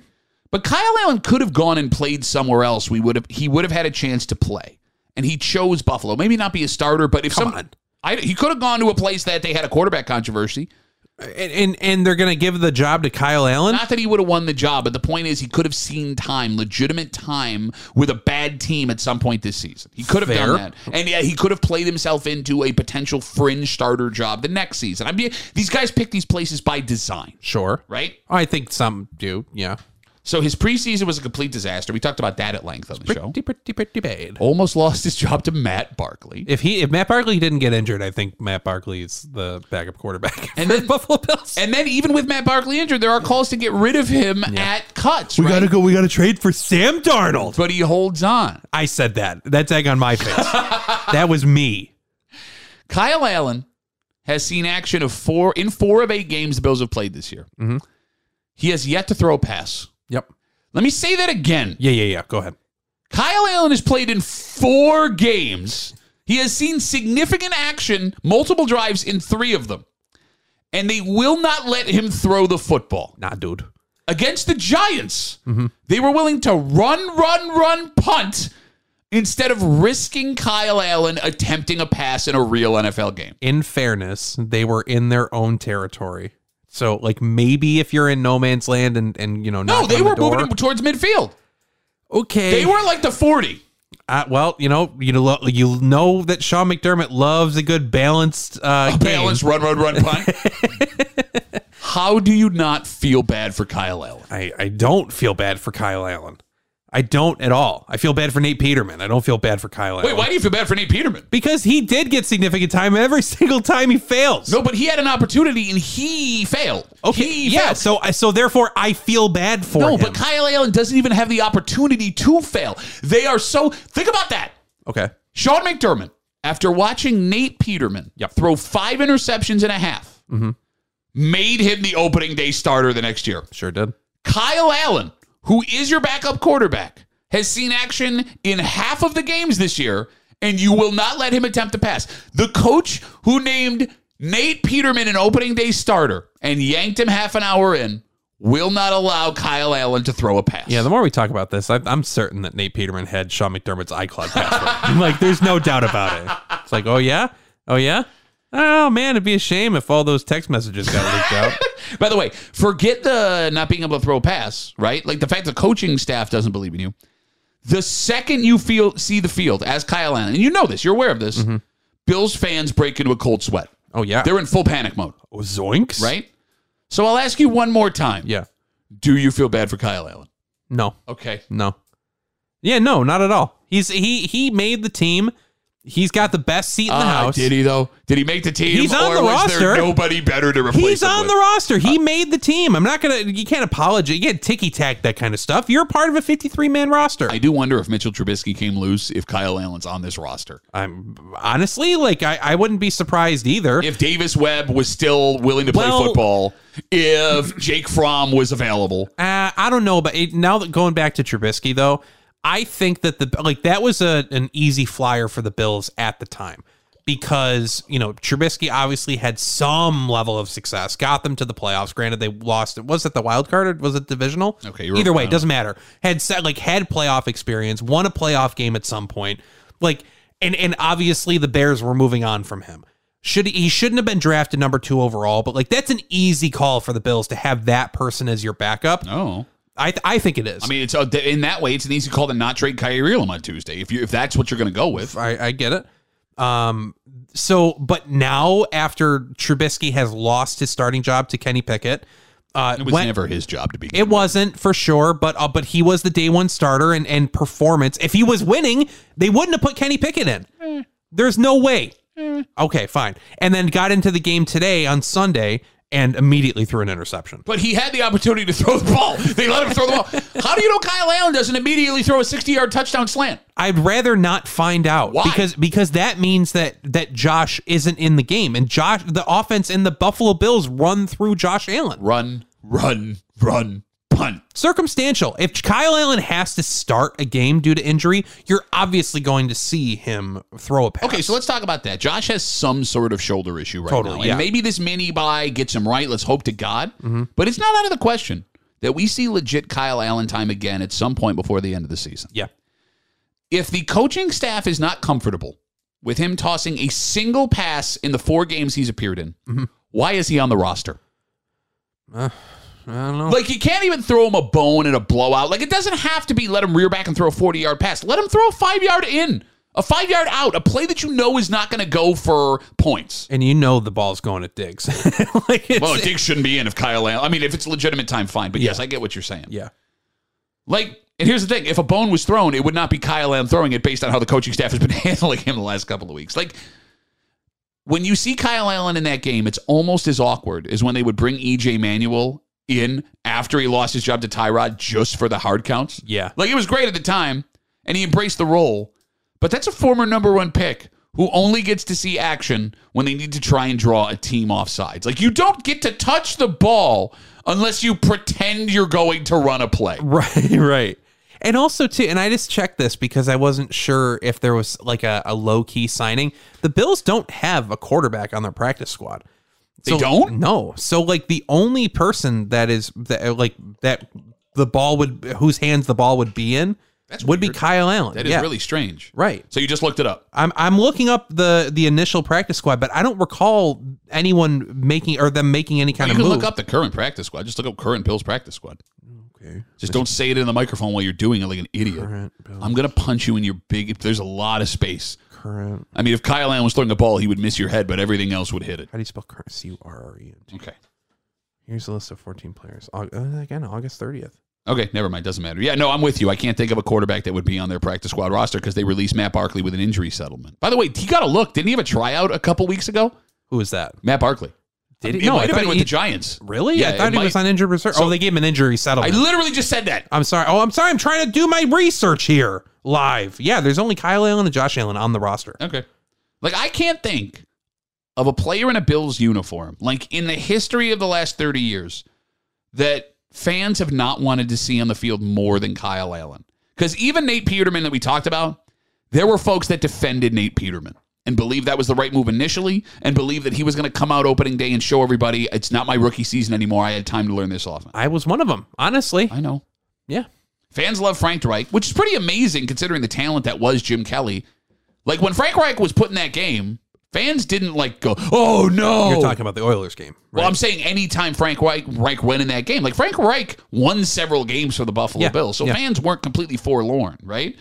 S1: But Kyle Allen could have gone and played somewhere else. We would have he would have had a chance to play. And he chose Buffalo. Maybe not be a starter, but if
S2: Come
S1: some
S2: on.
S1: I, he could have gone to a place that they had a quarterback controversy.
S2: And, and, and they're going to give the job to Kyle Allen?
S1: Not that he would have won the job, but the point is he could have seen time, legitimate time with a bad team at some point this season. He could have
S2: Fair.
S1: done that. And yeah, he could have played himself into a potential fringe starter job the next season. I mean, these guys pick these places by design,
S2: Sure.
S1: right?
S2: I think some do. Yeah.
S1: So his preseason was a complete disaster. We talked about that at length on the show.
S2: Pretty, pretty, pretty bad.
S1: Almost lost his job to Matt Barkley.
S2: Oh. If he, if Matt Barkley didn't get injured, I think Matt Barkley is the backup quarterback
S1: And
S2: and for
S1: then-
S2: Buffalo Bills.
S1: And then even with Matt Barkley injured, there are calls to get rid of him at cuts. right?
S2: go. We got to trade for Sam Darnold.
S1: but he holds on.
S2: I said that. That's egg on my face. that was me.
S1: Kyle Allen has seen action of four in four of eight games the Bills have played this year. He has yet to throw a pass.
S2: Yep.
S1: Let me say that again.
S2: Yeah, yeah, yeah. Go ahead.
S1: Kyle Allen has played in four games. He has seen significant action, multiple drives in three of them. And they will not let him throw the football.
S2: Nah, dude.
S1: Against the Giants, they were willing to run, run, run, punt instead of risking Kyle Allen attempting a pass in a real NFL game.
S2: In fairness, they were in their own territory. So, like, maybe if you're in no man's land and and you know,
S1: No,
S2: knock
S1: they
S2: on the
S1: were moving
S2: door-
S1: him towards midfield.
S2: Okay,
S1: They were like the 40.
S2: Uh, well, you know, you know, you know that Sean McDermott loves a good balanced uh, game.
S1: Balance, run, run, run, punt. How do you not feel bad for Kyle Allen?
S2: I, I don't feel bad for Kyle Allen. I don't at all. I feel bad for Nate Peterman. I don't feel bad for Kyle
S1: Wait,
S2: Allen.
S1: why do you feel bad for Nate Peterman?
S2: Because he did get significant time every single time he fails.
S1: No, but he had an opportunity and he failed.
S2: Okay.
S1: He
S2: yeah.
S1: failed.
S2: So I so therefore I feel bad for
S1: no,
S2: him.
S1: but Kyle Allen doesn't even have the opportunity to fail. They are so. Think about that.
S2: okay.
S1: Sean McDermott, after watching Nate Peterman
S2: Yep. Mm-hmm.
S1: throw five interceptions and a half, made him the opening day starter the next year.
S2: Sure did.
S1: Kyle Allen, who is your backup quarterback, has seen action in half of the games this year, and you will not let him attempt a pass. The coach who named Nate Peterman an opening day starter and yanked him half an hour in will not allow Kyle Allen to throw a pass.
S2: Yeah, the more we talk about this, I, I'm certain that Nate Peterman had Sean McDermott's iCloud password. like, there's no doubt about it. It's like, oh yeah, oh yeah, oh man, it'd be a shame if all those text messages got leaked out.
S1: By the way, forget the not being able to throw a pass, right? Like the fact the coaching staff doesn't believe in you. The second you feel see the field as Kyle Allen, and you know this, you're aware of this,
S2: Mm-hmm.
S1: Bills fans break into a cold sweat.
S2: Oh yeah,
S1: They're in full panic mode,
S2: oh, zoinks,
S1: right? So I'll ask you one more time.
S2: Yeah,
S1: Do you feel bad for Kyle Allen?
S2: no,
S1: Okay.
S2: no, yeah, no, not at all. He's he he made the team. He's got the best seat in the
S1: Ah,
S2: house.
S1: did he though? Did he make the team?
S2: He's on
S1: or
S2: the
S1: was there
S2: roster.
S1: nobody better to replace
S2: He's
S1: him
S2: on
S1: with? Uh,
S2: the roster. He made the team. I'm not gonna. You can't apologize. You can't ticky tack that kind of stuff. You're a part of a 53 man roster.
S1: I do wonder if Mitchell Trubisky came loose if Kyle Allen's on this roster.
S2: I'm honestly like I, I wouldn't be surprised either.
S1: if Davis Webb was still willing to play
S2: Well-
S1: football, if Jake Fromm was available.
S2: Uh, I don't know, but it, now that going back to Trubisky though, I think that the like that was a an easy flyer for the Bills at the time because you know Trubisky obviously had some level of success, got them to the playoffs. Granted, they lost. Was it the wild card or was it divisional?
S1: Okay, you're
S2: either way,
S1: around.
S2: doesn't matter. Had set like had playoff experience, won a playoff game at some point, like and and obviously the Bears were moving on from him. Should he shouldn't have been drafted number two overall, but like that's an easy call for the Bills to have that person as your backup.
S1: Oh.
S2: I th- I think it is.
S1: I mean, it's uh, in that way, it's an easy call to not trade Kyrie Elam on Tuesday if you if that's what you're going to go with.
S2: I, I get it. Um, so, but now after Trubisky has lost his starting job to Kenny Pickett, uh,
S1: It was
S2: when-
S1: never his job to be.
S2: it wasn't for sure, but uh, but he was the day one starter and and performance. If he was winning, they wouldn't have put Kenny Pickett in. There's no way. Okay, fine. And then got into the game today on Sunday and immediately threw an interception.
S1: But he had the opportunity to throw the ball. They let him throw the ball. How do you know Kyle Allen doesn't immediately throw a 60 yard touchdown slant?
S2: I'd rather not find out
S1: Why?
S2: because because that means that that Josh isn't in the game and Josh the offense in the Buffalo Bills run through Josh Allen.
S1: Run, run, run, punt.
S2: Circumstantial. If Kyle Allen has to start a game due to injury, you're obviously going to see him throw a pass.
S1: Okay, so let's talk about that. Josh has some sort of shoulder issue right
S2: Totally,
S1: now.
S2: yeah.
S1: And maybe this mini buy gets him right. Let's hope to God. But it's not out of the question that we see legit Kyle Allen time again at some point before the end of the season.
S2: yeah.
S1: If the coaching staff is not comfortable with him tossing a single pass in the four games he's appeared in, why is he on the roster? Uh,
S2: I don't know.
S1: Like, you can't even throw him a bone in a blowout. Like, it doesn't have to be let him rear back and throw a 40 yard pass. Let him throw a five yard in, a five yard out, a play that you know is not going to go for points.
S2: and you know the ball's going at Diggs. like it's,
S1: Well, Diggs shouldn't be in if Kyle Allen. I mean, if it's legitimate time, fine. But yes, I get what you're saying.
S2: yeah.
S1: Like, and here's the thing: if a bone was thrown, it would not be Kyle Allen throwing it based on how the coaching staff has been handling him the last couple of weeks. Like, when you see Kyle Allen in that game, it's almost as awkward as when they would bring EJ Manuel in after he lost his job to Tyrod just for the hard counts.
S2: Yeah.
S1: Like it was great at the time, and he embraced the role. But that's a former number one pick who only gets to see action when they need to try and draw a team off sides. Like you don't get to touch the ball unless you pretend you're going to run a play.
S2: Right, right. And also too, and I just checked this because I wasn't sure if there was like a, a low key signing. The Bills don't have a quarterback on their practice squad.
S1: They don't?
S2: No. So like the only person that is that like that the ball would whose hands the ball would be in
S1: That's
S2: would
S1: weird.
S2: be Kyle Allen.
S1: That is
S2: Yeah.
S1: really strange.
S2: right.
S1: So you just looked it up.
S2: I'm I'm looking up the the initial practice squad, but I don't recall anyone making or them making any kind
S1: You
S2: of
S1: can
S2: move.
S1: look up the current practice squad. Just look up current Bills practice squad.
S2: okay.
S1: Just don't say it in the microphone while you're doing it like an idiot. I'm gonna punch you in your big. If there's a lot of space,
S2: Current.
S1: I mean, if Kyle Allen was throwing the ball, he would miss your head, but everything else would hit it.
S2: How do you spell current? C U R R E N T.
S1: Okay.
S2: Here's a list of 14 players. Au- uh, Again, August 30th.
S1: Okay, never mind. Doesn't matter. Yeah, no, I'm with you. I can't think of a quarterback that would be on their practice squad roster because they released Matt Barkley with an injury settlement. By the way, he got a look. Didn't he have a tryout a couple weeks ago?
S2: Who is that?
S1: Matt Barkley.
S2: Did
S1: It
S2: he? No,
S1: might
S2: I
S1: have
S2: thought
S1: been with
S2: he,
S1: the Giants.
S2: really.
S1: Yeah,
S2: I thought
S1: it
S2: he was
S1: might-
S2: on injury reserve. oh, they gave him an injury
S1: I
S2: settlement.
S1: literally just said that.
S2: I'm sorry. Oh, I'm sorry. I'm trying to do my research here live. Yeah, there's only Kyle Allen and Josh Allen on the roster.
S1: Okay. Like I can't think of a player in a Bills uniform, like in the history of the last 30 years, that fans have not wanted to see on the field more than Kyle Allen. Because even Nate Peterman that we talked about, there were folks that defended Nate Peterman and believed that was the right move initially and believed that he was going to come out opening day and show everybody it's not my rookie season anymore. I had time to learn this offense.
S2: I was one of them, honestly.
S1: I know.
S2: Yeah.
S1: Fans love Frank Reich, which is pretty amazing considering the talent that was Jim Kelly. Like when Frank Reich was put in that game, fans didn't like go, "Oh no."
S2: You're talking about the Oilers game, right?
S1: Well, I'm saying anytime Frank Reich, Reich went in that game, like Frank Reich won several games for the Buffalo
S2: Yeah,
S1: Bills, so
S2: yeah.
S1: fans weren't completely forlorn, right?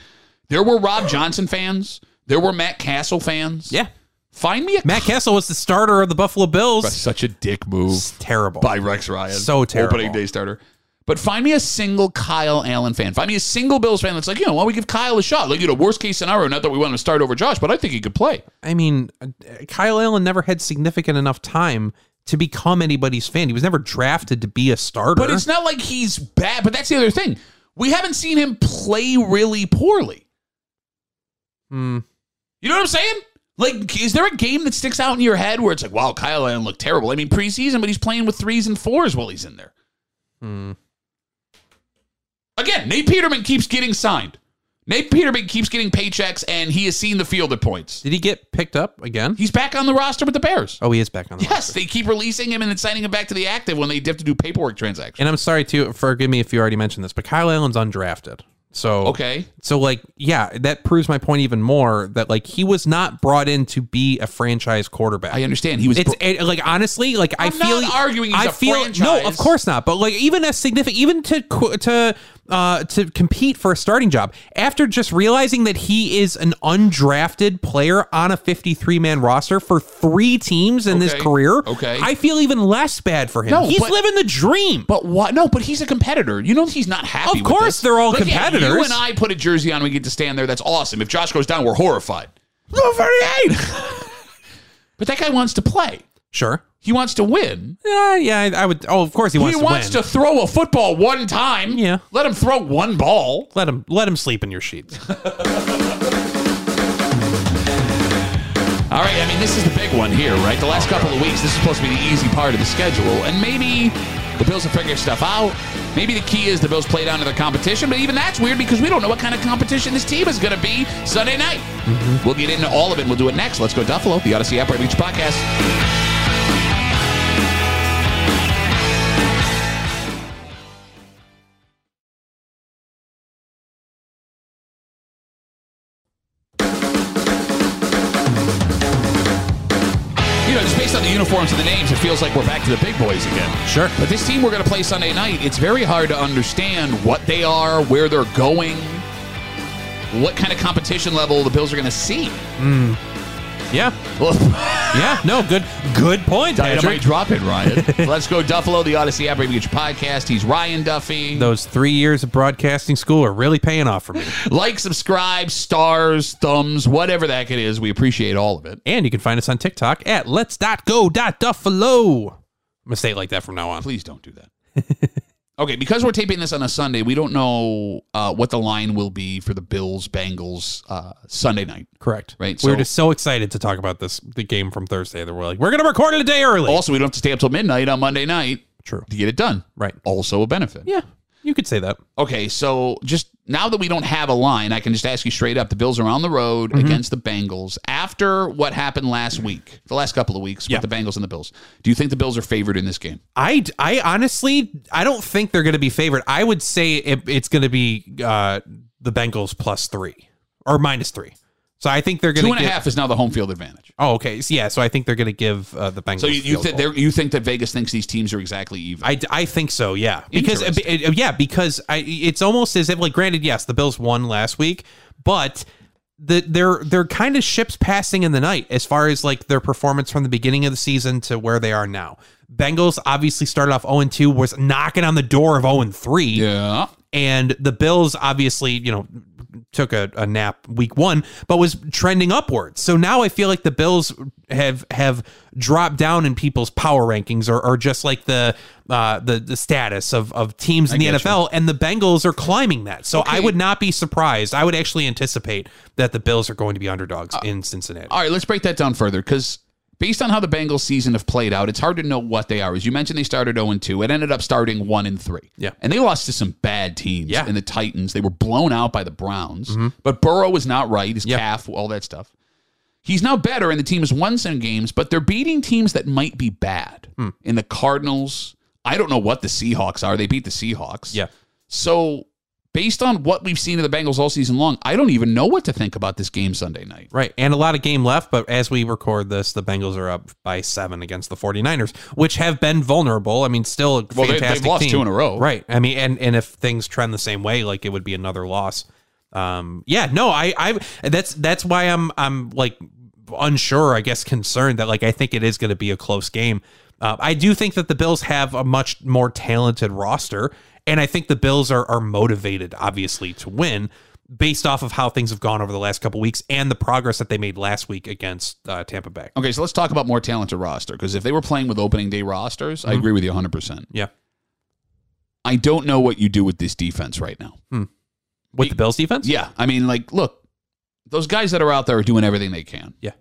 S1: There were Rob Johnson fans, there were Matt Castle fans.
S2: yeah.
S1: find me a
S2: Matt Kessel was the starter of the Buffalo Bills.
S1: such a dick move.
S2: It's terrible.
S1: by Rex Ryan.
S2: So terrible.
S1: Opening day starter. But find me a single Kyle Allen fan. Find me a single Bills fan that's like, you know, why don't we give Kyle a shot? Like, you know, worst case scenario, not that we want him to start over Josh, but I think he could play.
S2: I mean, uh, Kyle Allen never had significant enough time to become anybody's fan. He was never drafted to be a starter.
S1: But it's not like he's bad. But that's the other thing. We haven't seen him play really poorly.
S2: Hmm.
S1: You know what I'm saying? Like, is there a game that sticks out in your head where it's like, wow, Kyle Allen looked terrible? I mean, preseason, but he's playing with threes and fours while he's in there.
S2: Hmm.
S1: Again, Nate Peterman keeps getting signed. Nate Peterman keeps getting paychecks, and he has seen the field at points.
S2: Did he get picked up again?
S1: He's back on the roster with the Bears.
S2: Oh, he is back on the
S1: Yes,
S2: roster.
S1: they keep releasing him and then signing him back to the active when they have to do paperwork transactions.
S2: And I'm sorry too. Forgive me if you already mentioned this, but Kyle Allen's undrafted. So
S1: Okay.
S2: So like yeah, that proves my point even more that like he was not brought in to be a franchise quarterback.
S1: I understand. He was
S2: It's eh, like honestly, like i
S1: I'm
S2: feel
S1: not arguing he's
S2: I
S1: a
S2: feel
S1: franchise.
S2: no, of course not. But like even a significant, even to qu- to uh, to compete for a starting job after just realizing that he is an undrafted player on a 53 man roster for three teams in this
S1: Okay.
S2: career.
S1: Okay.
S2: I feel even less bad for him.
S1: No,
S2: he's
S1: but-
S2: living the dream.
S1: but what? No, but he's a competitor. You know he's not happy.
S2: Of
S1: with
S2: course
S1: this.
S2: they're all
S1: Like, yeah, you
S2: competitors.
S1: and I put a jersey on. We get to stand there. That's awesome. If Josh goes down, we're horrified. No, very But that guy wants to play.
S2: Sure.
S1: He wants to win.
S2: Yeah, yeah, I, I would. Oh, of course he
S1: He
S2: wants. to
S1: wants
S2: win.
S1: to throw a football one time.
S2: Yeah.
S1: Let him throw one ball.
S2: Let him let him sleep in your sheets.
S1: All right, I mean, this is the big one here, right? The last couple of weeks, this is supposed to be the easy part of the schedule, and maybe the Bills have figured stuff out. Maybe the key is the Bills play down to their competition, but even that's weird because we don't know what kind of competition this team is going to be Sunday night. We'll get into all of it. We'll do it next. Let's go Duffalo, the Odyssey Upright Beach Podcast. You know, just based on the uniforms and the names, it feels like we're back to the big boys again.
S2: Sure.
S1: But this team we're going to play Sunday night, it's very hard to understand what they are, where they're going, what kind of competition level the Bills are going to see.
S2: Yeah,
S1: Well,
S2: yeah. No, good good point,
S1: Dynamite
S2: Patrick.
S1: drop it, Ryan. Let's go Duffalo, the Odyssey app. Where you get your podcast. He's Ryan Duffy.
S2: Those three years of broadcasting school are really paying off for me.
S1: Like, subscribe, stars, thumbs, whatever that it is. We appreciate all of it.
S2: And you can find us on TikTok at let's.go.duffalo. I'm gonna say it like that from now on.
S1: Please don't do that. okay, because we're taping this on a Sunday, we don't know uh, what the line will be for the Bills Bengals uh, Sunday night.
S2: Correct.
S1: Right,
S2: we were
S1: so-
S2: just so excited to talk about this the game from Thursday that we're like, we're gonna record it a day early.
S1: Also, we don't have to stay up till midnight on Monday night
S2: True.
S1: to get it done.
S2: Right.
S1: Also, a benefit.
S2: Yeah, you could say that.
S1: Okay, so just now that we don't have a line, I can just ask you straight up. The Bills are on the road
S2: Mm-hmm.
S1: against the Bengals. After what happened last week, the last couple of weeks
S2: Yeah.
S1: with the Bengals and the Bills, do you think the Bills are favored in this game?
S2: I, I honestly I don't think they're going to be favored. I would say it, it's going to be uh, the Bengals plus three or minus three. So I think they're going
S1: Two
S2: to
S1: and a half
S2: give,
S1: is now the home field advantage.
S2: Oh, okay. So, yeah. So I think they're going to give uh, the Bengals.
S1: So you, you,
S2: field
S1: th-
S2: goal.
S1: they're- you think that Vegas thinks these teams are exactly even?
S2: I, I think so. Yeah. Because uh,
S1: Interesting.
S2: uh, yeah because I it's almost as if like granted yes the Bills won last week but that they're they're kind of ships passing in the night as far as like their performance from the beginning of the season to where they are now. Bengals obviously started off 0 2, was knocking on the door of 0 3.
S1: Yeah.
S2: And the Bills obviously, you know, took a, a nap week one, but was trending upwards. So now I feel like the Bills have have dropped down in people's power rankings or, or just like the uh, the the status of, of teams in the
S1: get
S2: NFL and the Bengals are climbing that. So I
S1: Okay.
S2: would not be surprised. I would actually anticipate that the Bills are going to be underdogs in Cincinnati.
S1: All right, let's break that down further because based on how the Bengals season have played out, it's hard to know what they are. As you mentioned, they started 0 2. It ended up starting 1 and 3.
S2: Yeah.
S1: And they lost to some bad teams
S2: Yeah. Mm-hmm.
S1: in the Titans. They were blown out by the Browns. But Burrow was not right, his
S2: Yeah.
S1: calf, all that stuff. He's now better, and the team has won some games, but they're beating teams that might be bad.
S2: Hmm.
S1: In the Cardinals, I don't know what the Seahawks are. They beat the Seahawks.
S2: yeah.
S1: So, based on what we've seen of the Bengals all season long, I don't even know what to think about this game Sunday night.
S2: Right. And a lot of game left, but as we record this, the Bengals are up by seven against the 49ers, which have been vulnerable. I mean, still a
S1: Well, they-
S2: fantastic
S1: they've lost
S2: team.
S1: two in a row.
S2: Right. I mean, and, and if things trend the same way, like it would be another loss. Um, yeah, no, I, I, that's, that's why I'm, I'm like unsure, I guess, concerned that like I think it is going to be a close game. Uh, I do think that the Bills have a much more talented roster, and I think the Bills are, are motivated, obviously, to win based off of how things have gone over the last couple weeks and the progress that they made last week against uh, Tampa Bay.
S1: Okay, so let's talk about more talented roster because if they were playing with opening day rosters,
S2: Mm-hmm.
S1: I agree with you 100%.
S2: Yeah.
S1: I don't know what you do with this defense right now.
S2: With the Bills defense?
S1: Yeah, I mean, like, look, those guys that are out there are doing everything they can.
S2: Yeah.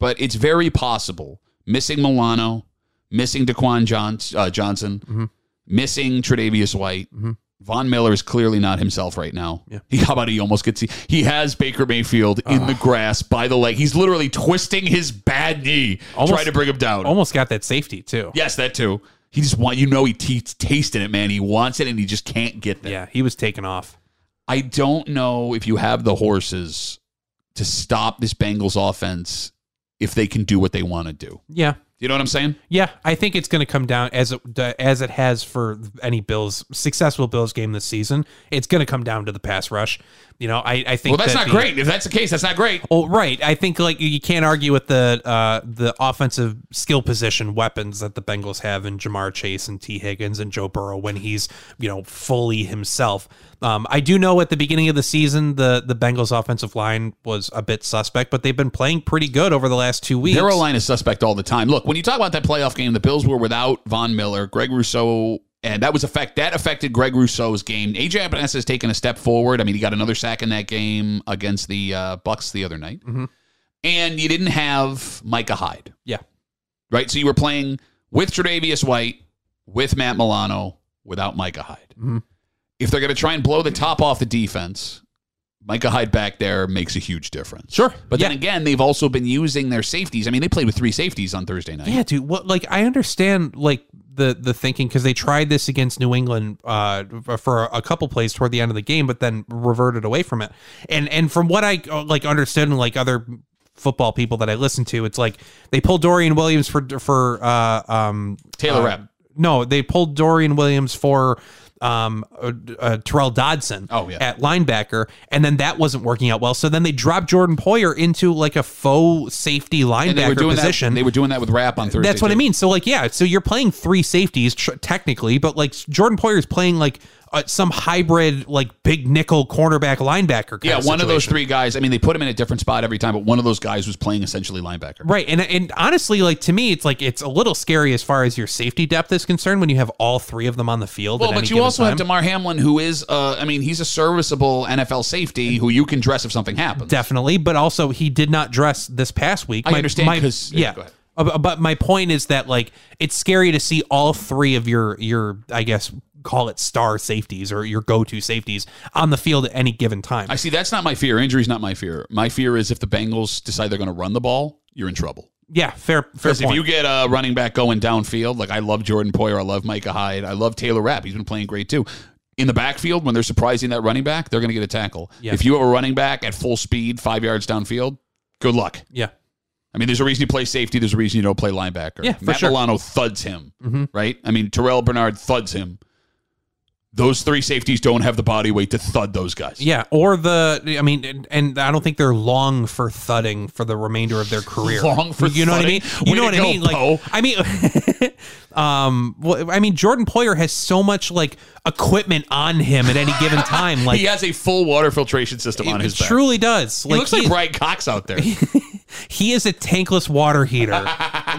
S1: But it's very possible missing Milano, missing Daquan John, uh, Johnson,
S2: Mhm.
S1: missing Tre'Davious White.
S2: Mhm.
S1: Von Miller is clearly not himself right now.
S2: Yeah. Ah.
S1: He, how about he almost gets he has Baker Mayfield in the grass by the leg. He's literally twisting his bad knee,
S2: Almost-
S1: trying to bring him down.
S2: Almost got that safety, too.
S1: Yes, that too. He just want you know he t- tasted it, man. He wants it, and he just can't get there.
S2: Yeah. He was taken off.
S1: I don't know if you have the horses to stop this Bengals offense if they can do what they want to do.
S2: Yeah.
S1: You know what I'm saying?
S2: Yeah, I think it's going to come down as it as it has for any Bills successful Bills game this season. It's going to come down to the pass rush. You know, I, I think
S1: Well, that's not
S2: that the-
S1: great. If that's the case, that's not great.
S2: Oh, right. I think like you can't argue with the uh, the offensive skill position weapons that the Bengals have in Jamar Chase and T Higgins and Joe Burrow when he's you know fully himself. Um, I do know at the beginning of the season the the Bengals offensive line was a bit suspect, but they've been playing pretty good over the last two weeks.
S1: They're a line of suspect all the time. Look, when you talk about that playoff game, the Bills were without Von Miller, Greg Rousseau, and that was affect that affected Greg Rousseau's game. AJ Epinesa has taken a step forward. I mean, he got another sack in that game against the uh, Bucks the other night,
S2: Mhm.
S1: and you didn't have Micah Hyde.
S2: Yeah.
S1: right. So you were playing with Tre'Davious White, with Matt Milano, without Micah Hyde.
S2: Mhm.
S1: If they're going to try and blow the top off the defense, Micah Hyde back there makes a huge difference.
S2: Sure,
S1: But
S2: Yeah.
S1: then again, they've also been using their safeties. I mean, they played with three safeties on Thursday night.
S2: Yeah, dude. What like I understand like the the thinking because they tried this against New England uh for a couple plays toward the end of the game, but then reverted away from it. And and from what I uh, like understood and like other football people that I listen to, it's like they pulled Dorian Williams for for uh um
S1: Taylor
S2: uh,
S1: Rapp.
S2: No, they pulled Dorian Williams for. Um, uh, uh, Terrell Dodson
S1: Oh, yeah.
S2: at linebacker, and then that wasn't working out well. So then they dropped Jordan Poyer into like a faux safety linebacker
S1: And they were doing
S2: position.
S1: that. They were doing that with Rap on Thursday.
S2: That's what I
S1: too.
S2: mean. So like, yeah. So you're playing three safeties tr- technically, but like Jordan Poyer is playing like uh, some hybrid, like big nickel cornerback linebacker. Kind
S1: Yeah,
S2: of
S1: one of those
S2: situation.
S1: three guys. I mean, they put him in a different spot every time, but one of those guys was playing essentially linebacker.
S2: Right, and and honestly, like to me, it's like it's a little scary as far as your safety depth is concerned when you have all three of them on the field.
S1: Well,
S2: at any
S1: but you
S2: given
S1: also
S2: time.
S1: have Damar Hamlin, who is, uh, I mean, he's a serviceable NFL safety who you can dress if something happens.
S2: definitely, but also he did not dress this past week.
S1: I understand 'cause- yeah,
S2: yeah.
S1: go ahead.
S2: Uh, But my point is that like it's scary to see all three of your your I guess call it star safeties or your go to safeties on the field at any given time.
S1: I see. That's not my fear. Injury's not my fear. My fear is if the Bengals decide they're going to run the ball, you're in trouble.
S2: Yeah, fair fair
S1: Because if
S2: point.
S1: you get a running back going downfield, like I love Jordan Poyer, I love Micah Hyde, I love Taylor Rapp. He's been playing great too. In the backfield, when they're surprising that running back, they're going to get a tackle.
S2: Yeah.
S1: If you have a running back at full speed, five yards downfield, good luck.
S2: yeah,
S1: I mean, there's a reason you play safety. There's a reason you don't play linebacker.
S2: Yeah, for Mm-hmm.
S1: Matt
S2: sure.
S1: Milano thuds him, right? I mean, Terrell Bernard thuds him. Those three safeties don't have the body weight to thud those guys.
S2: Yeah, or the I mean, and, and I don't think they're long for thudding for the remainder of their career.
S1: Long for
S2: you know what I mean?
S1: thudding?
S2: You
S1: Way
S2: know
S1: to
S2: what I
S1: go,
S2: mean? Like
S1: Poe.
S2: I mean, um, well, I mean Jordan Poyer has so much like equipment on him at any given time. Like
S1: He has a full water filtration system on his
S2: it
S1: back.
S2: truly does.
S1: He
S2: Like
S1: looks like
S2: he-
S1: Brian Cox out there.
S2: he is a tankless water heater,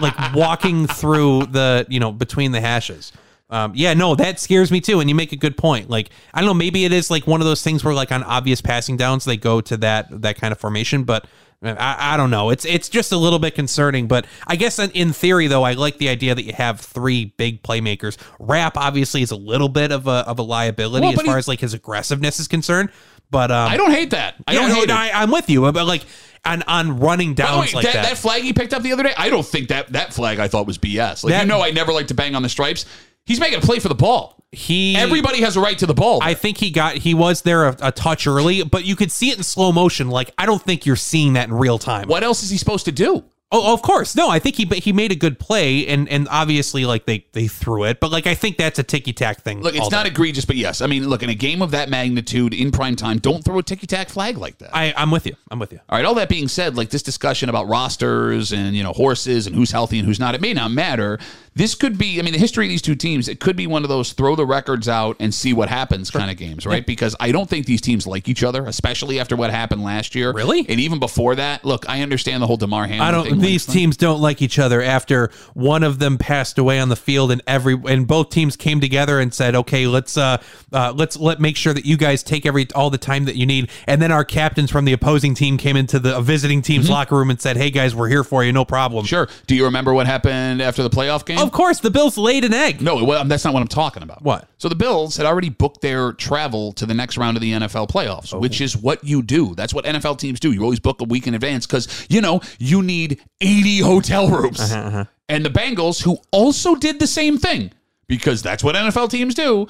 S2: like walking through the you know between the hashes. Um, yeah, no, that scares me too. And you make a good point. Like I don't know, maybe it is like one of those things where like on obvious passing downs they go to that that kind of formation, but. uh, I, I don't know. It's it's just a little bit concerning, but I guess in, in theory though, I like the idea that you have three big playmakers. Rap obviously is a little bit of a of a liability
S1: Well,
S2: as
S1: but
S2: far
S1: he-
S2: as like his aggressiveness is concerned. But um,
S1: I don't hate that. I
S2: yeah,
S1: don't
S2: no,
S1: hate
S2: no,
S1: it.
S2: I, am with you, but like on on running
S1: By the way,
S2: downs like
S1: that,
S2: that.
S1: that flag he picked up the other day, I don't think that that flag I thought was BS. Like
S2: That-
S1: you know, I never like to bang on the stripes. He's making a play for the ball.
S2: he
S1: Everybody has a right to the ball.
S2: I think he got he was there a, a touch early, but you could see it in slow motion. Like I don't think you're seeing that in real time.
S1: what else is he supposed to do?
S2: Oh, of course, no. I think he he made a good play, and and obviously like they they threw it, but like I think that's a ticky tack thing.
S1: Look, it's
S2: all
S1: not
S2: day.
S1: egregious, but yes. I mean, look, in a game of that magnitude in prime time, don't throw a ticky tack flag like that.
S2: I I'm with you. I'm with you.
S1: All right. All that being said, like this discussion about rosters and you know horses and who's healthy and who's not, it may not matter. This could be, I mean, the history of these two teams, it could be one of those throw the records out and see what happens kind of games, right? Because I don't think these teams like each other, especially after what happened last year.
S2: Really?
S1: And even before that, look, I understand the whole Demar Hamlin.
S2: I
S1: thing,
S2: don't. These
S1: Winston.
S2: teams don't like each other. After one of them passed away on the field, and every and both teams came together and said, "Okay, let's uh, uh let's let make sure that you guys take every all the time that you need." And then our captains from the opposing team came into the visiting team's locker room and said, "Hey guys, we're here for you. No problem."
S1: Mm-hmm. Sure. Do you remember what happened after the playoff game?
S2: Of course, the Bills laid an egg.
S1: No, well, that's not what I'm talking about.
S2: What?
S1: So the Bills had already booked their travel to the next round of the NFL playoffs,
S2: Oh.
S1: which is what you do. That's what NFL teams do. You always book a week in advance because, you know, you need 80 hotel rooms.
S2: Uh-huh,
S1: And the Bengals, who also did the same thing because that's what NFL teams do,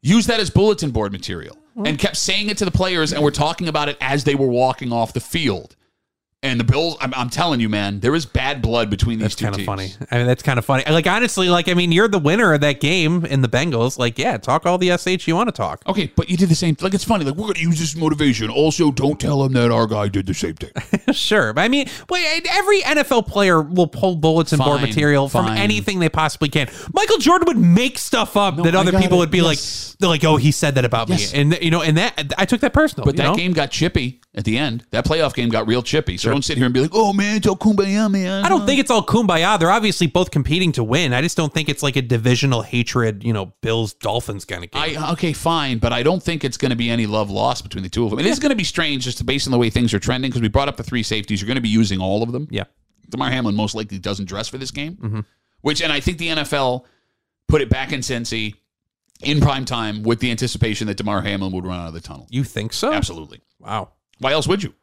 S1: used that as bulletin board material and kept saying it to the players and were talking about it as they were walking off the field. And the Bills, I'm, I'm telling you, man, there is bad blood between these
S2: That's
S1: two
S2: kind of
S1: teams.
S2: funny. I mean, that's kind of funny. Like honestly, like I mean, you're the winner of that game in the Bengals. Like, yeah, talk all the sh you want to talk.
S1: Okay, but you did the same. Like it's funny. Like we're gonna use this motivation. Also, don't tell him that our guy did the same thing.
S2: Sure, but I mean, but every NFL player will pull bullets and board
S1: Fine,
S2: material from
S1: fine.
S2: anything they possibly can. Michael Jordan would make stuff up that
S1: I
S2: other
S1: got
S2: people
S1: it.
S2: would be
S1: Yes.
S2: like, they're like, oh, he said that about
S1: Yes.
S2: me, and you know, and that I took that personal.
S1: But
S2: you
S1: that
S2: know?
S1: game got chippy at the end. That playoff game got real chippy. So don't sit here and be like, "Oh man, it's all kumbaya, man."
S2: I don't think it's all kumbaya. They're obviously both competing to win. I just don't think it's like a divisional hatred, you know, Bills Dolphins kind of game.
S1: I, okay, fine, but I don't think it's going to be any love lost between the two of them. It is going to be strange just based on the way things are trending because we brought up the three safeties. You're going to be using all of them.
S2: yeah,
S1: Damar Hamlin most likely doesn't dress for this game, which, and I think the NFL put it back in Cincy in prime time with the anticipation that Damar Hamlin would run out of the tunnel.
S2: you think so?
S1: Absolutely.
S2: Wow,
S1: Why else would you?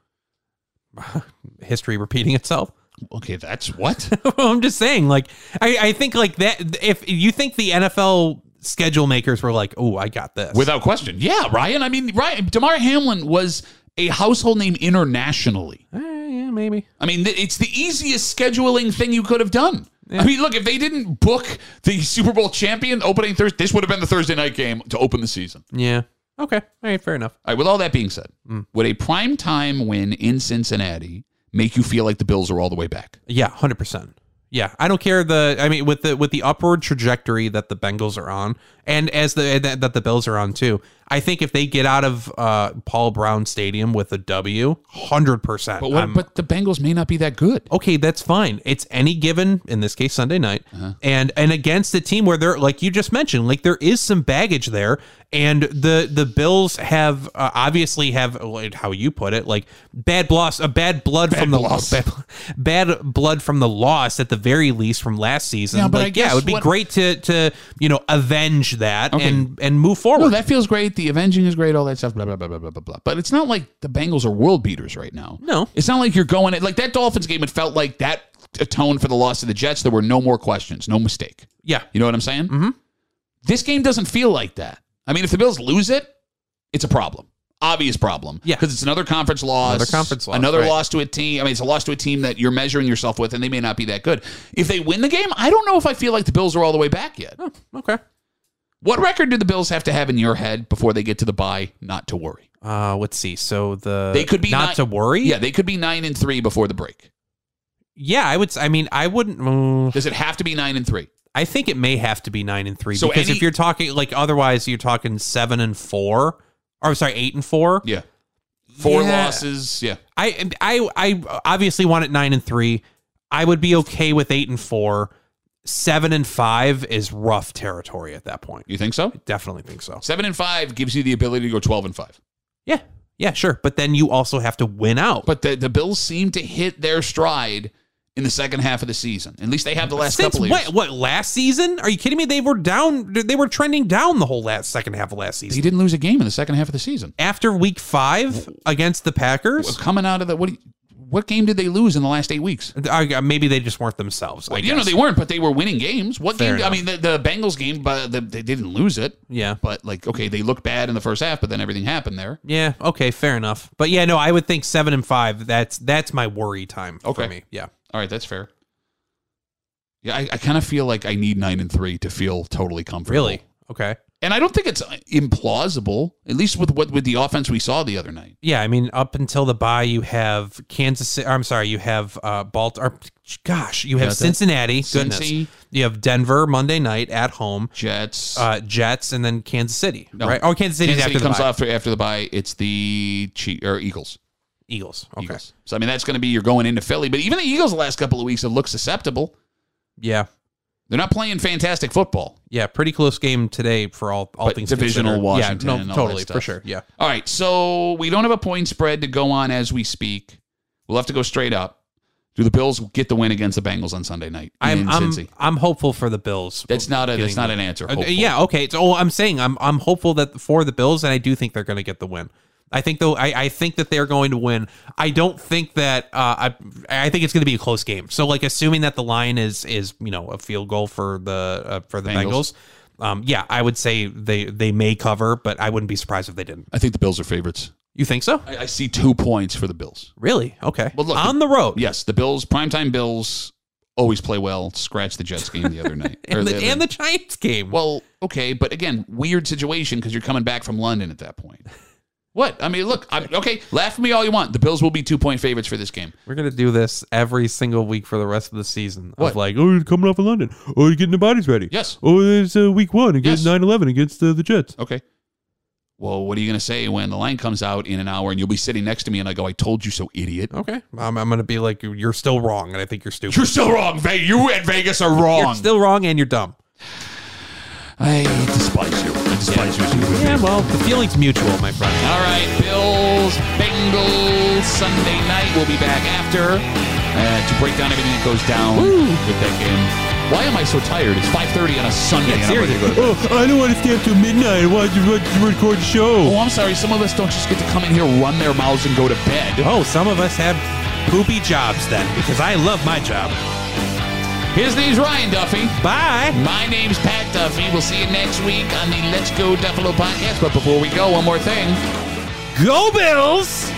S2: history repeating itself.
S1: Okay, that's what?
S2: I'm just saying, like, I, I think like that. If you think the NFL schedule makers were like, oh, I got this.
S1: Without question. Yeah, Ryan. I mean, Ryan, Damar Hamlin was a household name internationally.
S2: Eh, yeah, maybe.
S1: I mean, th- it's the easiest scheduling thing you could have done. I mean, look, if they didn't book the Super Bowl champion opening Thursday, this would have been the Thursday night game to open the season.
S2: Yeah. Okay. All right. Fair enough.
S1: All right, with all that being said, would a prime time win in Cincinnati make you feel like the Bills are all the way back?
S2: Yeah. Hundred percent. Yeah. I don't care the. I mean, with the with the upward trajectory that the Bengals are on, and as the that, that the Bills are on too, I think if they get out of uh, Paul Brown Stadium with a W, hundred percent.
S1: But what, but the Bengals may not be that good.
S2: okay, that's fine. It's any given in this case Sunday night,
S1: Uh-huh.
S2: and and against a team where they're like you just mentioned, like there is some baggage there, and the the Bills have uh, obviously have like, how you put it like bad loss, a bad blood from the
S1: loss.
S2: bad, bad blood from the loss at the very least from last season.
S1: Yeah, but I
S2: like, yeah,
S1: guess
S2: it would be
S1: what-
S2: great to to you know avenge that and and move
S1: No,
S2: forward.
S1: that feels great. The avenging is great. All that stuff. Blah blah blah blah blah blah. blah. But it's not like the Bengals are world beaters right now.
S2: No.
S1: it's not like you're going at like that Dolphins game. It felt like that atoned for the loss to the Jets. There were no more questions, no mistake.
S2: yeah,
S1: You know what I'm saying? Mm-hmm. This game doesn't feel like that. I mean, if the Bills lose it, it's a problem. Obvious problem.
S2: Yeah.
S1: Because it's another conference loss.
S2: Another conference loss,
S1: Another
S2: right.
S1: loss to a team. I mean, it's a loss to a team that you're measuring yourself with, and they may not be that good. If they win the game, I don't know if I feel like the Bills are all the way back yet.
S2: Oh, okay.
S1: What record do the Bills have to have in your head before they get to the bye? Not to worry.
S2: Uh, let's see. So the
S1: They could be
S2: not
S1: nine-
S2: to worry.
S1: Yeah, they could be nine and three before the break.
S2: yeah. I would. s- I mean, I wouldn't. mm,
S1: Does it have to be nine and three?
S2: I think it may have to be nine and three
S1: So
S2: because
S1: any-
S2: if you're talking like otherwise, you're talking seven and four. Or sorry, eight and four.
S1: Yeah, four
S2: Yeah.
S1: losses. Yeah,
S2: I I I obviously want it nine and three. I would be okay with eight and four. Seven and five is rough territory at that point.
S1: you think so?
S2: Definitely think so.
S1: Seven and five gives you the ability to go twelve and five.
S2: Yeah, yeah, sure. But then you also have to win out.
S1: But the the Bills seem to hit their stride in the second half of the season. At least they have the last
S2: Since
S1: couple of years.
S2: what? What last season? Are you kidding me? They were down. They were trending down the whole last second half of last
S1: He
S2: season.
S1: didn't lose a game in the second half of the season.
S2: After week five against the Packers,
S1: Coming out of the what? do you- What game did they lose in the last eight weeks?
S2: I- maybe they just weren't themselves. I
S1: you know
S2: guess.
S1: they weren't, but they were winning games. What
S2: Fair
S1: game? I
S2: enough.
S1: mean, the, the Bengals game, but the, they didn't lose it.
S2: yeah.
S1: But like, okay, they looked bad in the first half, but then everything happened there.
S2: Yeah. Okay. Fair enough. But yeah, no, I would think seven and five. That's that's my worry time
S1: Okay.
S2: for me. Yeah.
S1: All right, that's fair. Yeah, I, I kind of feel like I need nine and three to feel totally comfortable.
S2: Really. Okay.
S1: And I don't think it's uh, implausible, at least with what with the offense we saw the other night.
S2: Yeah. I mean, up until the bye, you have Kansas. Ci- I'm sorry. You have uh, Baltimore. Gosh, you
S1: Got
S2: have
S1: that.
S2: Cincinnati. Goodness.
S1: Cincy,
S2: You have Denver Monday night at home.
S1: Jets.
S2: uh, Jets and then Kansas City,
S1: No.
S2: right? Oh, Kansas City's
S1: Kansas City
S2: after the
S1: comes
S2: bye.
S1: after after the bye. It's the Chief, or Eagles.
S2: Eagles. Okay.
S1: Eagles. So I mean, that's going to be you're going into Philly, but even the Eagles the last couple of weeks have looked susceptible.
S2: Yeah.
S1: They're not playing fantastic football.
S2: Yeah. Pretty close game today for all all
S1: But
S2: things
S1: divisional
S2: considered.
S1: Washington
S2: Yeah.
S1: and
S2: No.
S1: all
S2: Totally
S1: that
S2: for
S1: stuff.
S2: sure. Yeah.
S1: All right, so we don't have a point spread to go on as we speak. We'll have to go straight up. Do the Bills get the win against the Bengals on Sunday night?
S2: I'm
S1: in
S2: I'm,
S1: Cincy?
S2: I'm hopeful for the Bills.
S1: That's not a that's
S2: Getting
S1: not an answer.
S2: Uh,
S1: hopeful.
S2: yeah. Okay. So I'm saying I'm I'm hopeful that for the Bills, and I do think they're going to get the win. I think though I, I think that they're going to win. I don't think that uh, I I think it's going to be a close game. So like assuming that the line is is you know a field goal for the uh, for the
S1: Bengals.
S2: Bengals. Um, yeah, I would say they they may cover, but I wouldn't be surprised if they didn't.
S1: I think the Bills are favorites.
S2: You think so?
S1: I, I see two points for the Bills.
S2: Really? Okay.
S1: Well, look,
S2: on the road.
S1: Yes, the Bills, primetime Bills, always play well. Scratch the Jets game the other night. or
S2: And the,
S1: other-
S2: and the Giants game.
S1: well, okay, but again, weird situation because you're coming back from London at that point. What? I mean, look, I'm, okay, laugh at me all you want. The Bills will be two point favorites for this game.
S2: We're gonna do this every single week for the rest of the season.
S1: What?
S2: Of like, oh, you're coming off of London. Oh, you're getting the bodies ready.
S1: Yes.
S2: Oh, it's uh, week one
S1: Yes.
S2: against 9-11 against uh, the Jets.
S1: Okay. Well, what are you going to say when the line comes out in an hour and you'll be sitting next to me and I go, I told you so, idiot?
S2: Okay, I'm, I'm gonna be like, you're still wrong, and I think you're stupid.
S1: You're still wrong. Ve- you and Vegas are wrong.
S2: You're still wrong, and you're dumb.
S1: I despise you. I despise you. as a human being.
S2: Yeah, well, the feeling's mutual, my friend.
S1: All right, Bills, Bengals, Sunday night. We'll be back after uh, to break down everything that goes down with that game. Why am I so tired? It's 5.30 on a Sunday. and I'm ready to go to bed.
S2: Oh, I don't want to stay up till midnight. I want to re- re- record the
S1: Oh,
S2: show.
S1: I'm sorry. Some of us don't just get to come in here, run their mouths, and go to bed.
S2: Oh, some of us have poopy jobs then, because I love my job.
S1: His name's Ryan Duffy.
S2: Bye.
S1: My name's Pat Duffy. We'll see you next week on the Let's Go Duffalo podcast. But before we go, one more thing.
S2: Go Bills.